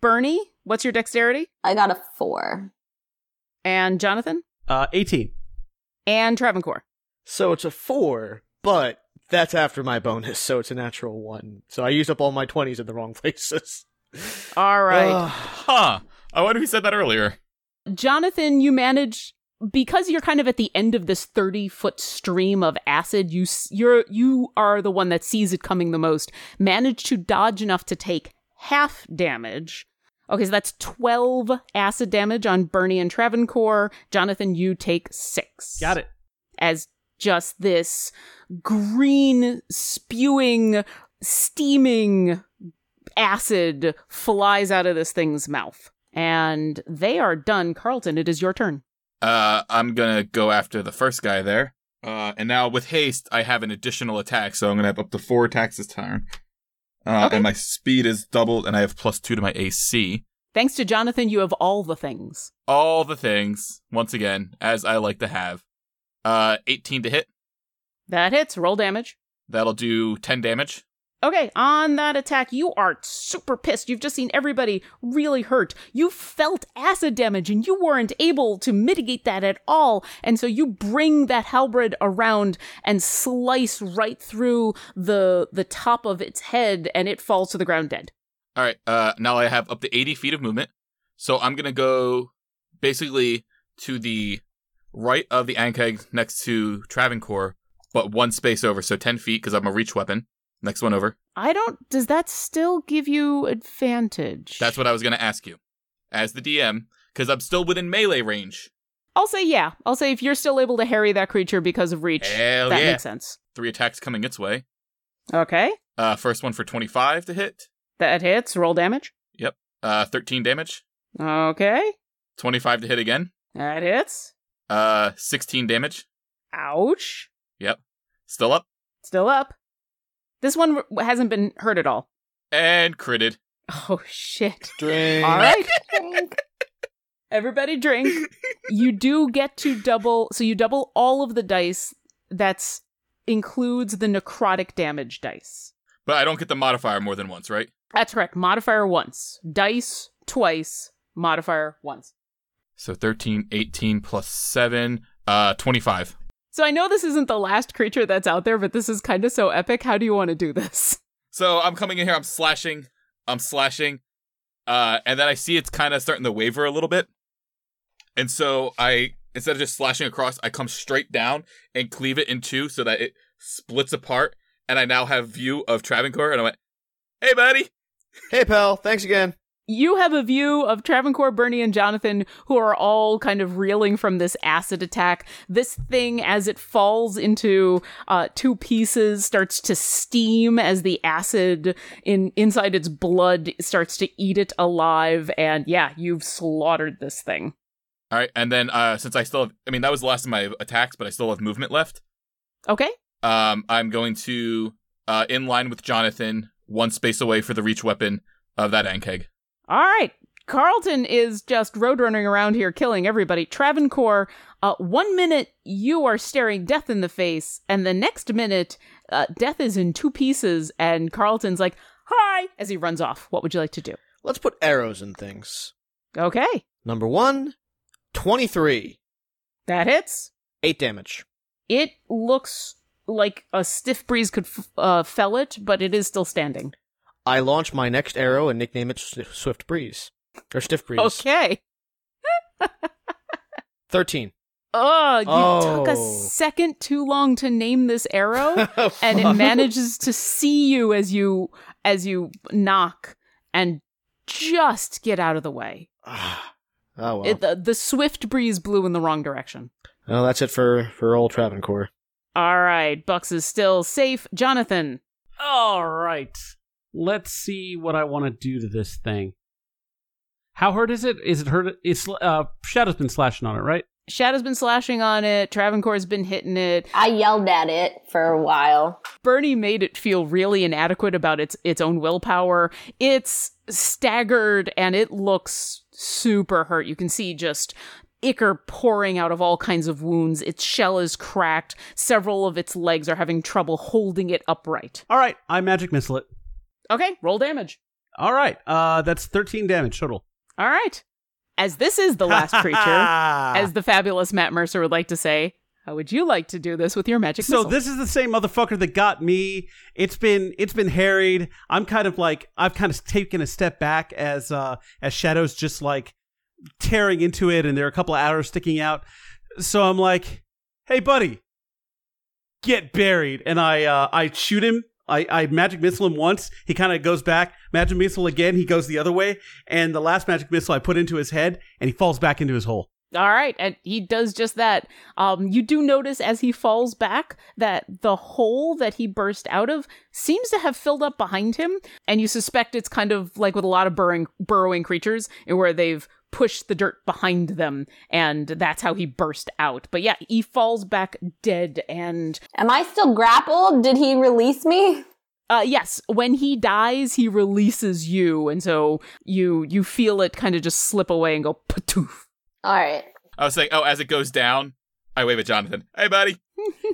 Speaker 7: Bernie, what's your dexterity?
Speaker 8: got a four.
Speaker 7: And Jonathan
Speaker 3: Uh, 18.
Speaker 7: and Travancore.
Speaker 4: So it's a four, but that's after my bonus, so it's a natural one. So I used up all my 20s in the wrong (laughs) places.
Speaker 7: All
Speaker 5: Oh,
Speaker 7: right.
Speaker 5: Huh. I wonder who said that earlier.
Speaker 7: Jonathan, you manage because you're kind of at the end of this 30 foot stream of acid you s- you're you are the one that sees it coming the most manage to dodge enough to take half damage okay so that's 12 acid damage on bernie and travancore jonathan you take six
Speaker 3: Got it.
Speaker 7: as just this green spewing steaming acid flies out of this thing's mouth and they are done carlton it is your turn
Speaker 5: Uh, I'm gonna go after the first guy there. Uh, and now with haste, I have an additional attack, so I'm gonna have up to four attacks this turn. Uh,
Speaker 7: Okay.
Speaker 5: and my speed is doubled, and I have plus two to my AC.
Speaker 7: thanks to jonathan you have all the things
Speaker 5: All the things, once again, as I like to have. Uh, 18 to hit.
Speaker 7: that hits roll damage
Speaker 5: That'll do 10 damage.
Speaker 7: Okay, on that attack, you are super pissed. You've just seen everybody really hurt. You felt acid damage and you weren't able to mitigate that at all. And so you bring that halberd around and slice right through the the top of its head and it falls to the ground dead.
Speaker 5: All right. Uh, now I have up to 80 feet of movement. So I'm gonna go basically to the right of the Ankeg next to Travancore, but one space over, so 10 feet because I'm a reach weapon. Next one over.
Speaker 7: I don't does that still give you advantage?
Speaker 5: That's what I was going to ask you as the DM because I'm still within melee range.
Speaker 7: I'll say yeah. I'll say if you're still able to harry that creature because of reach,
Speaker 5: Hell
Speaker 7: that
Speaker 5: yeah.
Speaker 7: makes sense.
Speaker 5: Three attacks coming its way.
Speaker 7: Okay.
Speaker 5: Uh, first one for 25 to hit.
Speaker 7: That hits. Roll damage.
Speaker 5: Uh, 13 damage.
Speaker 7: Okay.
Speaker 5: 25 to hit again.
Speaker 7: That hits.
Speaker 5: Uh, 16 damage.
Speaker 7: Ouch.
Speaker 5: Still up
Speaker 7: Still up. This one w- hasn't been hurt at all. (laughs)
Speaker 5: and critted.
Speaker 7: Oh
Speaker 5: (laughs)
Speaker 7: shit.
Speaker 4: Drink.
Speaker 7: All right.
Speaker 8: Drink.
Speaker 7: Everybody drink. You do get to double so you double all of the dice that's includes the necrotic damage dice.
Speaker 5: But I don't get the modifier more than once, right?
Speaker 7: That's correct. Modifier once. Dice twice. Modifier once.
Speaker 5: So 13, 18 plus 7, uh, 25.
Speaker 7: So I know this isn't the last creature that's out there, but this is kind of so epic. How do you want to do this? (laughs)
Speaker 5: So I'm coming in here, I'm slashing, I'm slashing, uh, and then I see it's kind of starting to waver a little bit. And so I, instead of just slashing across, I come straight down and cleave it in two so that it splits apart. And I now have view of Travancore, and I went, hey, buddy.
Speaker 4: Hey, pal. Thanks again.
Speaker 7: You have a view of Travancore, Bernie, and Jonathan, who are all kind of reeling from this acid attack. This thing, as it falls into uh, two pieces, starts to steam as the acid in inside its blood starts to eat it alive. And yeah, you've slaughtered this thing.
Speaker 5: All right. And then, uh, since I still have, I mean, that was the last of my attacks, but I still have movement left.
Speaker 7: Okay.
Speaker 5: Um, I'm going to, uh, in line with Jonathan, one space away for the reach weapon of that Ankeg.
Speaker 7: All right. Carlton is just road running around here, killing everybody. Travancore, uh, one minute you are staring death in the face, and the next minute, uh, death is in two pieces, and Carlton's like, hi, as he runs off. What would you like to do?
Speaker 4: Let's put arrows in things.
Speaker 7: Okay.
Speaker 4: Number one, 23.
Speaker 7: That hits.
Speaker 4: 8 damage.
Speaker 7: It looks like a stiff breeze could f- uh, fell it, but it is still standing.
Speaker 4: I launch my next arrow and nickname it Swi- Swift Breeze. Or Stiff Breeze.
Speaker 7: Okay.
Speaker 4: 13.
Speaker 7: Oh, you took a
Speaker 4: Oh.
Speaker 7: second too long to name this
Speaker 4: (laughs)
Speaker 7: arrow. and it manages to see you as you as you knock and just get out of the way.
Speaker 4: (sighs) Ah. oh, well.
Speaker 7: It, the, the swift breeze blew in the wrong direction.
Speaker 4: well, that's it for, for old Travancore.
Speaker 7: All right, Bucks is still safe. Jonathan,
Speaker 3: All right. Let's see what I want to do to this thing. How hurt is it? Is it hurt? It's uh, Shadow's been slashing on it, right?
Speaker 7: Shadow's been slashing on it. Travancore's been hitting it.
Speaker 8: I yelled at it for a while.
Speaker 7: Bernie made it feel really inadequate about its its own willpower. It's staggered and it looks super hurt. You can see just ichor pouring out of all kinds of wounds. Its shell is cracked. Several of its legs are having trouble holding it upright.
Speaker 3: All right. I magic missile it.
Speaker 7: Okay, roll damage.
Speaker 3: All right. Uh, that's 13 damage total.
Speaker 7: All right. As this is
Speaker 3: (laughs)
Speaker 7: the last creature, as the fabulous Matt Mercer would like to say, how would you like to do this with your magic
Speaker 3: so
Speaker 7: missile?
Speaker 3: this is the same motherfucker that got me. It's been it's been harried. I'm kind of like I've kind of taken a step back as uh as shadows just like tearing into it, and there are a couple of arrows sticking out. So I'm like, hey buddy, get buried. And I uh I shoot him. I, I magic missile him once. He kind of goes back. Magic missile again. He goes the other way. And the last magic missile I put into his head, and he falls back into his hole.
Speaker 7: All right, and he does just that. Um, you do notice as he falls back that the hole that he burst out of seems to have filled up behind him, and you suspect it's kind of like with a lot of burrowing, burrowing creatures, in where they've pushed the dirt behind them, and that's how he burst out. But yeah, he falls back dead, and
Speaker 8: Am I still grappled? Did he release me?
Speaker 7: uh, yes, when he dies, he releases you, and so you you feel it kind of just slip away and go patoof.
Speaker 8: All right.
Speaker 5: I was like, oh, as it goes down, I wave at Jonathan. Hey, buddy.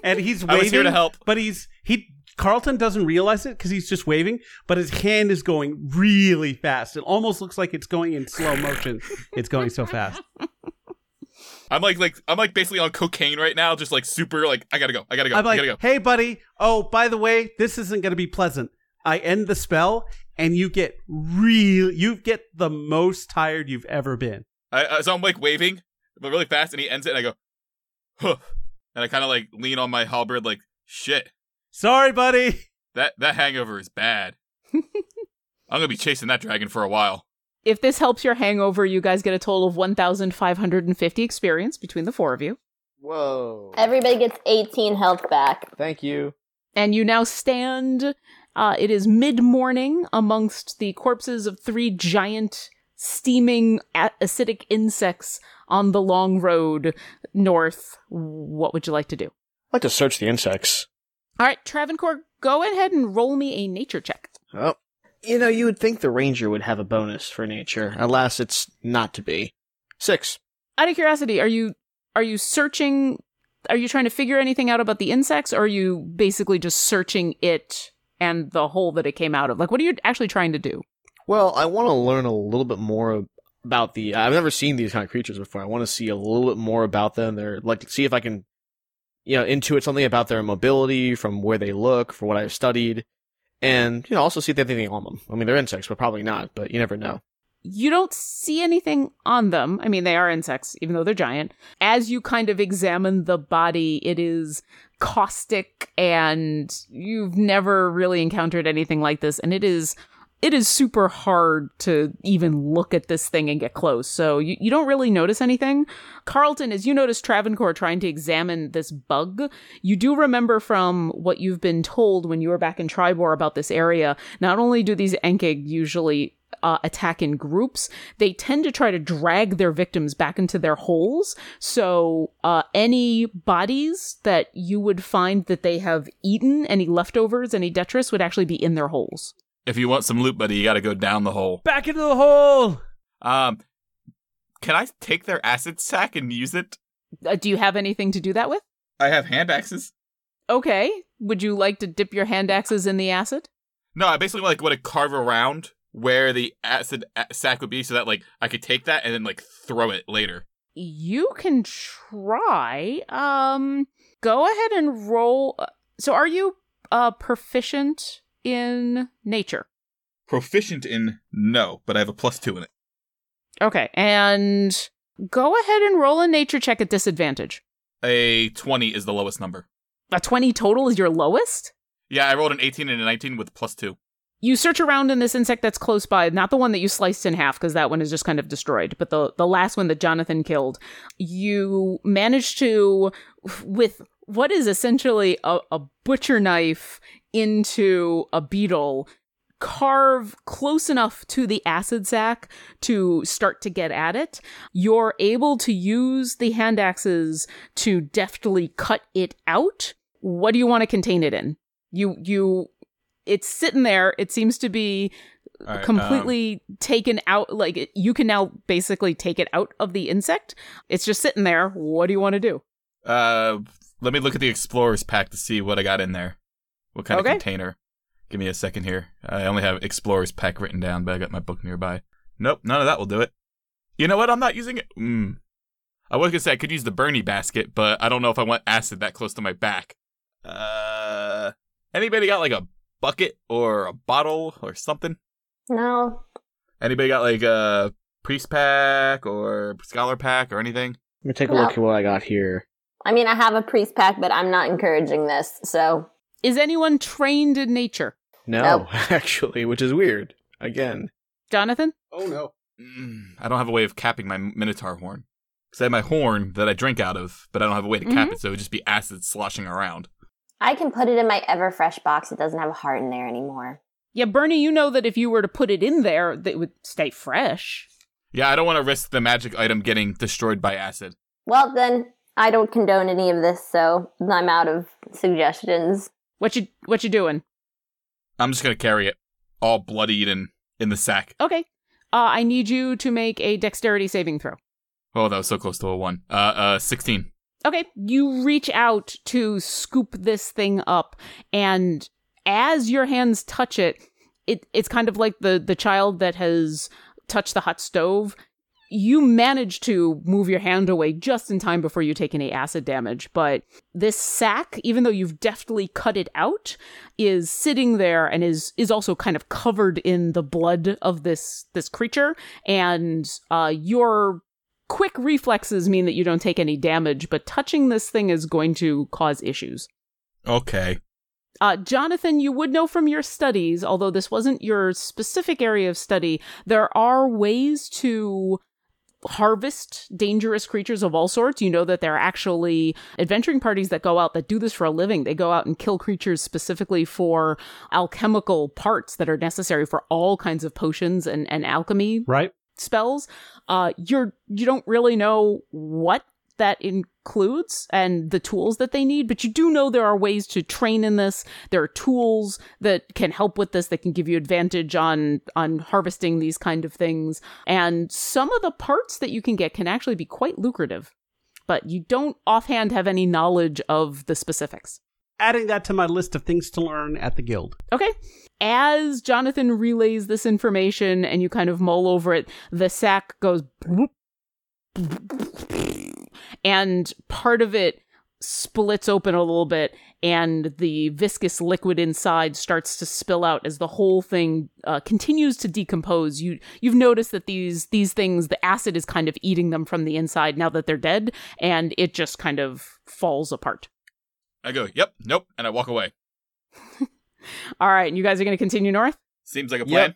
Speaker 3: and he's
Speaker 5: I
Speaker 3: waving.
Speaker 5: was here to help.
Speaker 3: but he's he. Carlton doesn't realize it because he's just waving, but his hand is going really fast. It almost looks like it's going in slow motion. it's going so
Speaker 5: (laughs)
Speaker 3: fast.
Speaker 5: I'm like, like, I'm like basically on cocaine right now, just like super, like, I gotta go, I gotta go,
Speaker 3: I'm
Speaker 5: I gotta
Speaker 3: like,
Speaker 5: go.
Speaker 3: "Hey, buddy! Oh, by the way, this isn't going to be pleasant." I end the spell, and you get real. You get the most tired you've ever been.
Speaker 5: I, uh, so I'm like waving, but really fast, and he ends it, and I go, huh. And I kind of like lean on my halberd, like, shit,
Speaker 3: Sorry, buddy.
Speaker 5: that that hangover
Speaker 3: (laughs)
Speaker 5: is bad. I'm gonna be chasing that dragon for a while.
Speaker 7: If this helps your hangover, you guys get a total of 1,550 experience between the four of you.
Speaker 4: Whoa.
Speaker 8: Everybody gets 18 health back.
Speaker 4: Thank you.
Speaker 7: And you now stand, uh, it is mid morning amongst the corpses of three giant, steaming, a- acidic insects on the long road north. What would you like to do?
Speaker 4: I like to search the insects.
Speaker 7: All right, Travancore, go ahead and roll me a nature check.
Speaker 4: Oh. You know, you would think the ranger would have a bonus for nature. Alas, it's not to be. Six.
Speaker 7: Out of curiosity, are you are you searching? Are you trying to figure anything out about the insects, or are you basically just searching it and the hole that it came out of? Like, what are you actually trying to do?
Speaker 4: Well, I want to learn a little bit more about the. I've never seen these kind of creatures before. I want to see a little bit more about them. They're like see if I can, you know, intuit something about their mobility from where they look, from what I've studied, and you know, also see if they have anything on them. I mean, they're insects, but probably not. But you never know.
Speaker 7: you don't see anything on them. I mean, they are insects, even though they're giant. As you kind of examine the body, it is caustic and you've never really encountered anything like this. And it is it is super hard to even look at this thing and get close. So you, you don't really notice anything. Carlton, as you notice Travancore trying to examine this bug, you do remember from what you've been told when you were back in Tribor about this area, not only do these Enkig usually uh, attack in groups, they tend to try to drag their victims back into their holes. So, uh, any bodies that you would find that they have eaten, any leftovers, any detritus, would actually be in their holes.
Speaker 5: If you want some loot, buddy, you got to go down the hole.
Speaker 3: Back into the hole.
Speaker 5: Um, can I take their acid sack and use it?
Speaker 7: Uh, do you have anything to do that with?
Speaker 5: I have hand axes.
Speaker 7: Okay. Would you like to dip your hand axes in the acid?
Speaker 5: No, I basically like want to carve around where the acid a- sack would be, so that like I could take that and then like throw it later.
Speaker 7: You can try. Um, go ahead and roll. So, are you uh, proficient in nature?
Speaker 5: Proficient in no, but I have a plus two in it.
Speaker 7: Okay, and go ahead and roll a nature check at disadvantage.
Speaker 5: A twenty is the lowest number.
Speaker 7: A 20 total is your lowest?
Speaker 5: Yeah, I rolled an eighteen and a nineteen with plus two.
Speaker 7: You search around in this insect that's close by, not the one that you sliced in half because that one is just kind of destroyed, but the the last one that Jonathan killed. You manage to with what is essentially a, a butcher knife into a beetle carve close enough to the acid sac to start to get at it you're able to use the hand axes to deftly cut it out what do you want to contain it in you you it's sitting there it seems to be
Speaker 5: All right, um,
Speaker 7: completely taken out like it- you can now basically take it out of the insect it's just sitting there what do you want to do
Speaker 5: um, uh, let me look at the explorers pack to see what I got in there. What kind
Speaker 7: Okay.
Speaker 5: of container? Give me a second here. I only have explorers pack written down, but I got my book nearby. Nope, none of that will do it. You know what? I'm not using it. Mm. I was gonna say I could use the Bernie basket, but I don't know if I want acid that close to my back. Uh, anybody got like a bucket or a bottle or something?
Speaker 8: No,
Speaker 5: Anybody got like a priest pack or scholar pack or anything?
Speaker 4: Let me take a
Speaker 8: Well-
Speaker 4: look at what I got here.
Speaker 8: I mean I have a priest pack, but I'm not encouraging this. So
Speaker 7: is anyone trained in nature
Speaker 4: No,
Speaker 8: Nope.
Speaker 4: (laughs) actually, which is weird. Again,
Speaker 7: jonathan
Speaker 3: Oh no.
Speaker 5: Mm, I don't have a way of capping my minotaur horn. Because I have my horn that I drink out of, but I don't have a way to cap it, so it would just be acid sloshing around.
Speaker 8: I can put it in my Everfresh box. It doesn't have a heart in there anymore.
Speaker 7: yeah bernie you know that if you were to put it in there that it would stay fresh
Speaker 5: Yeah, I don't want to risk the magic item getting destroyed by acid.
Speaker 8: Well then, I don't condone any of this, so I'm out of suggestions.
Speaker 7: what you what you doing
Speaker 5: I'm just going to carry it, all bloodied and in the sack.
Speaker 7: okay uh, i need you to make a dexterity saving throw
Speaker 5: Oh, that was so close to a 1. Uh, uh 16.
Speaker 7: Okay, you reach out to scoop this thing up, and as your hands touch it, it it's kind of like the the child that has touched the hot stove. You manage to move your hand away just in time before you take any acid damage, but this sack, even though you've deftly cut it out, is sitting there and is is also kind of covered in the blood of this this creature, and uh, your quick reflexes mean that you don't take any damage, but touching this thing is going to cause issues.
Speaker 5: Okay.
Speaker 7: Uh, Jonathan, you would know from your studies, although this wasn't your specific area of study, there are ways to harvest dangerous creatures of all sorts. You know that there are actually adventuring parties that go out that do this for a living. They go out and kill creatures specifically for alchemical parts that are necessary for all kinds of potions and, and alchemy
Speaker 3: Right.
Speaker 7: spells uh you're you don't really know what that includes and the tools that they need but you do know there are ways to train in this there are tools that can help with this that can give you advantage on on harvesting these kind of things and some of the parts that you can get can actually be quite lucrative but you don't offhand have any knowledge of the specifics
Speaker 3: adding that to my list of things to learn at the guild.
Speaker 7: Okay. As Jonathan relays this information and you kind of mull over it, the sack goes bloop, and part of it splits open a little bit and the viscous liquid inside starts to spill out as the whole thing uh, continues to decompose you you've noticed that these these things the acid is kind of eating them from the inside now that they're dead and it just kind of falls apart
Speaker 5: I go, yep, nope, and I walk away.
Speaker 7: all right and you guys are going to continue north
Speaker 5: Seems like a
Speaker 4: Yep.
Speaker 5: plan.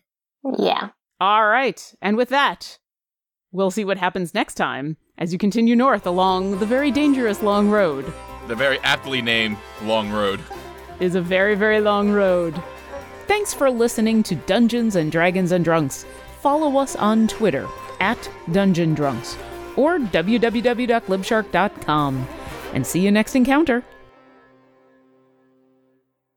Speaker 8: Yeah.
Speaker 7: All right. And with that, we'll see what happens next time as you continue north along the very dangerous long road.
Speaker 5: The very aptly named Long Road.
Speaker 7: It is a very, very long road. Thanks for listening to Dungeons and Dragons and Drunks. Follow us on Twitter at Dungeon Drunks or www.libshark.com. And see you next encounter.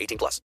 Speaker 2: 18 plus.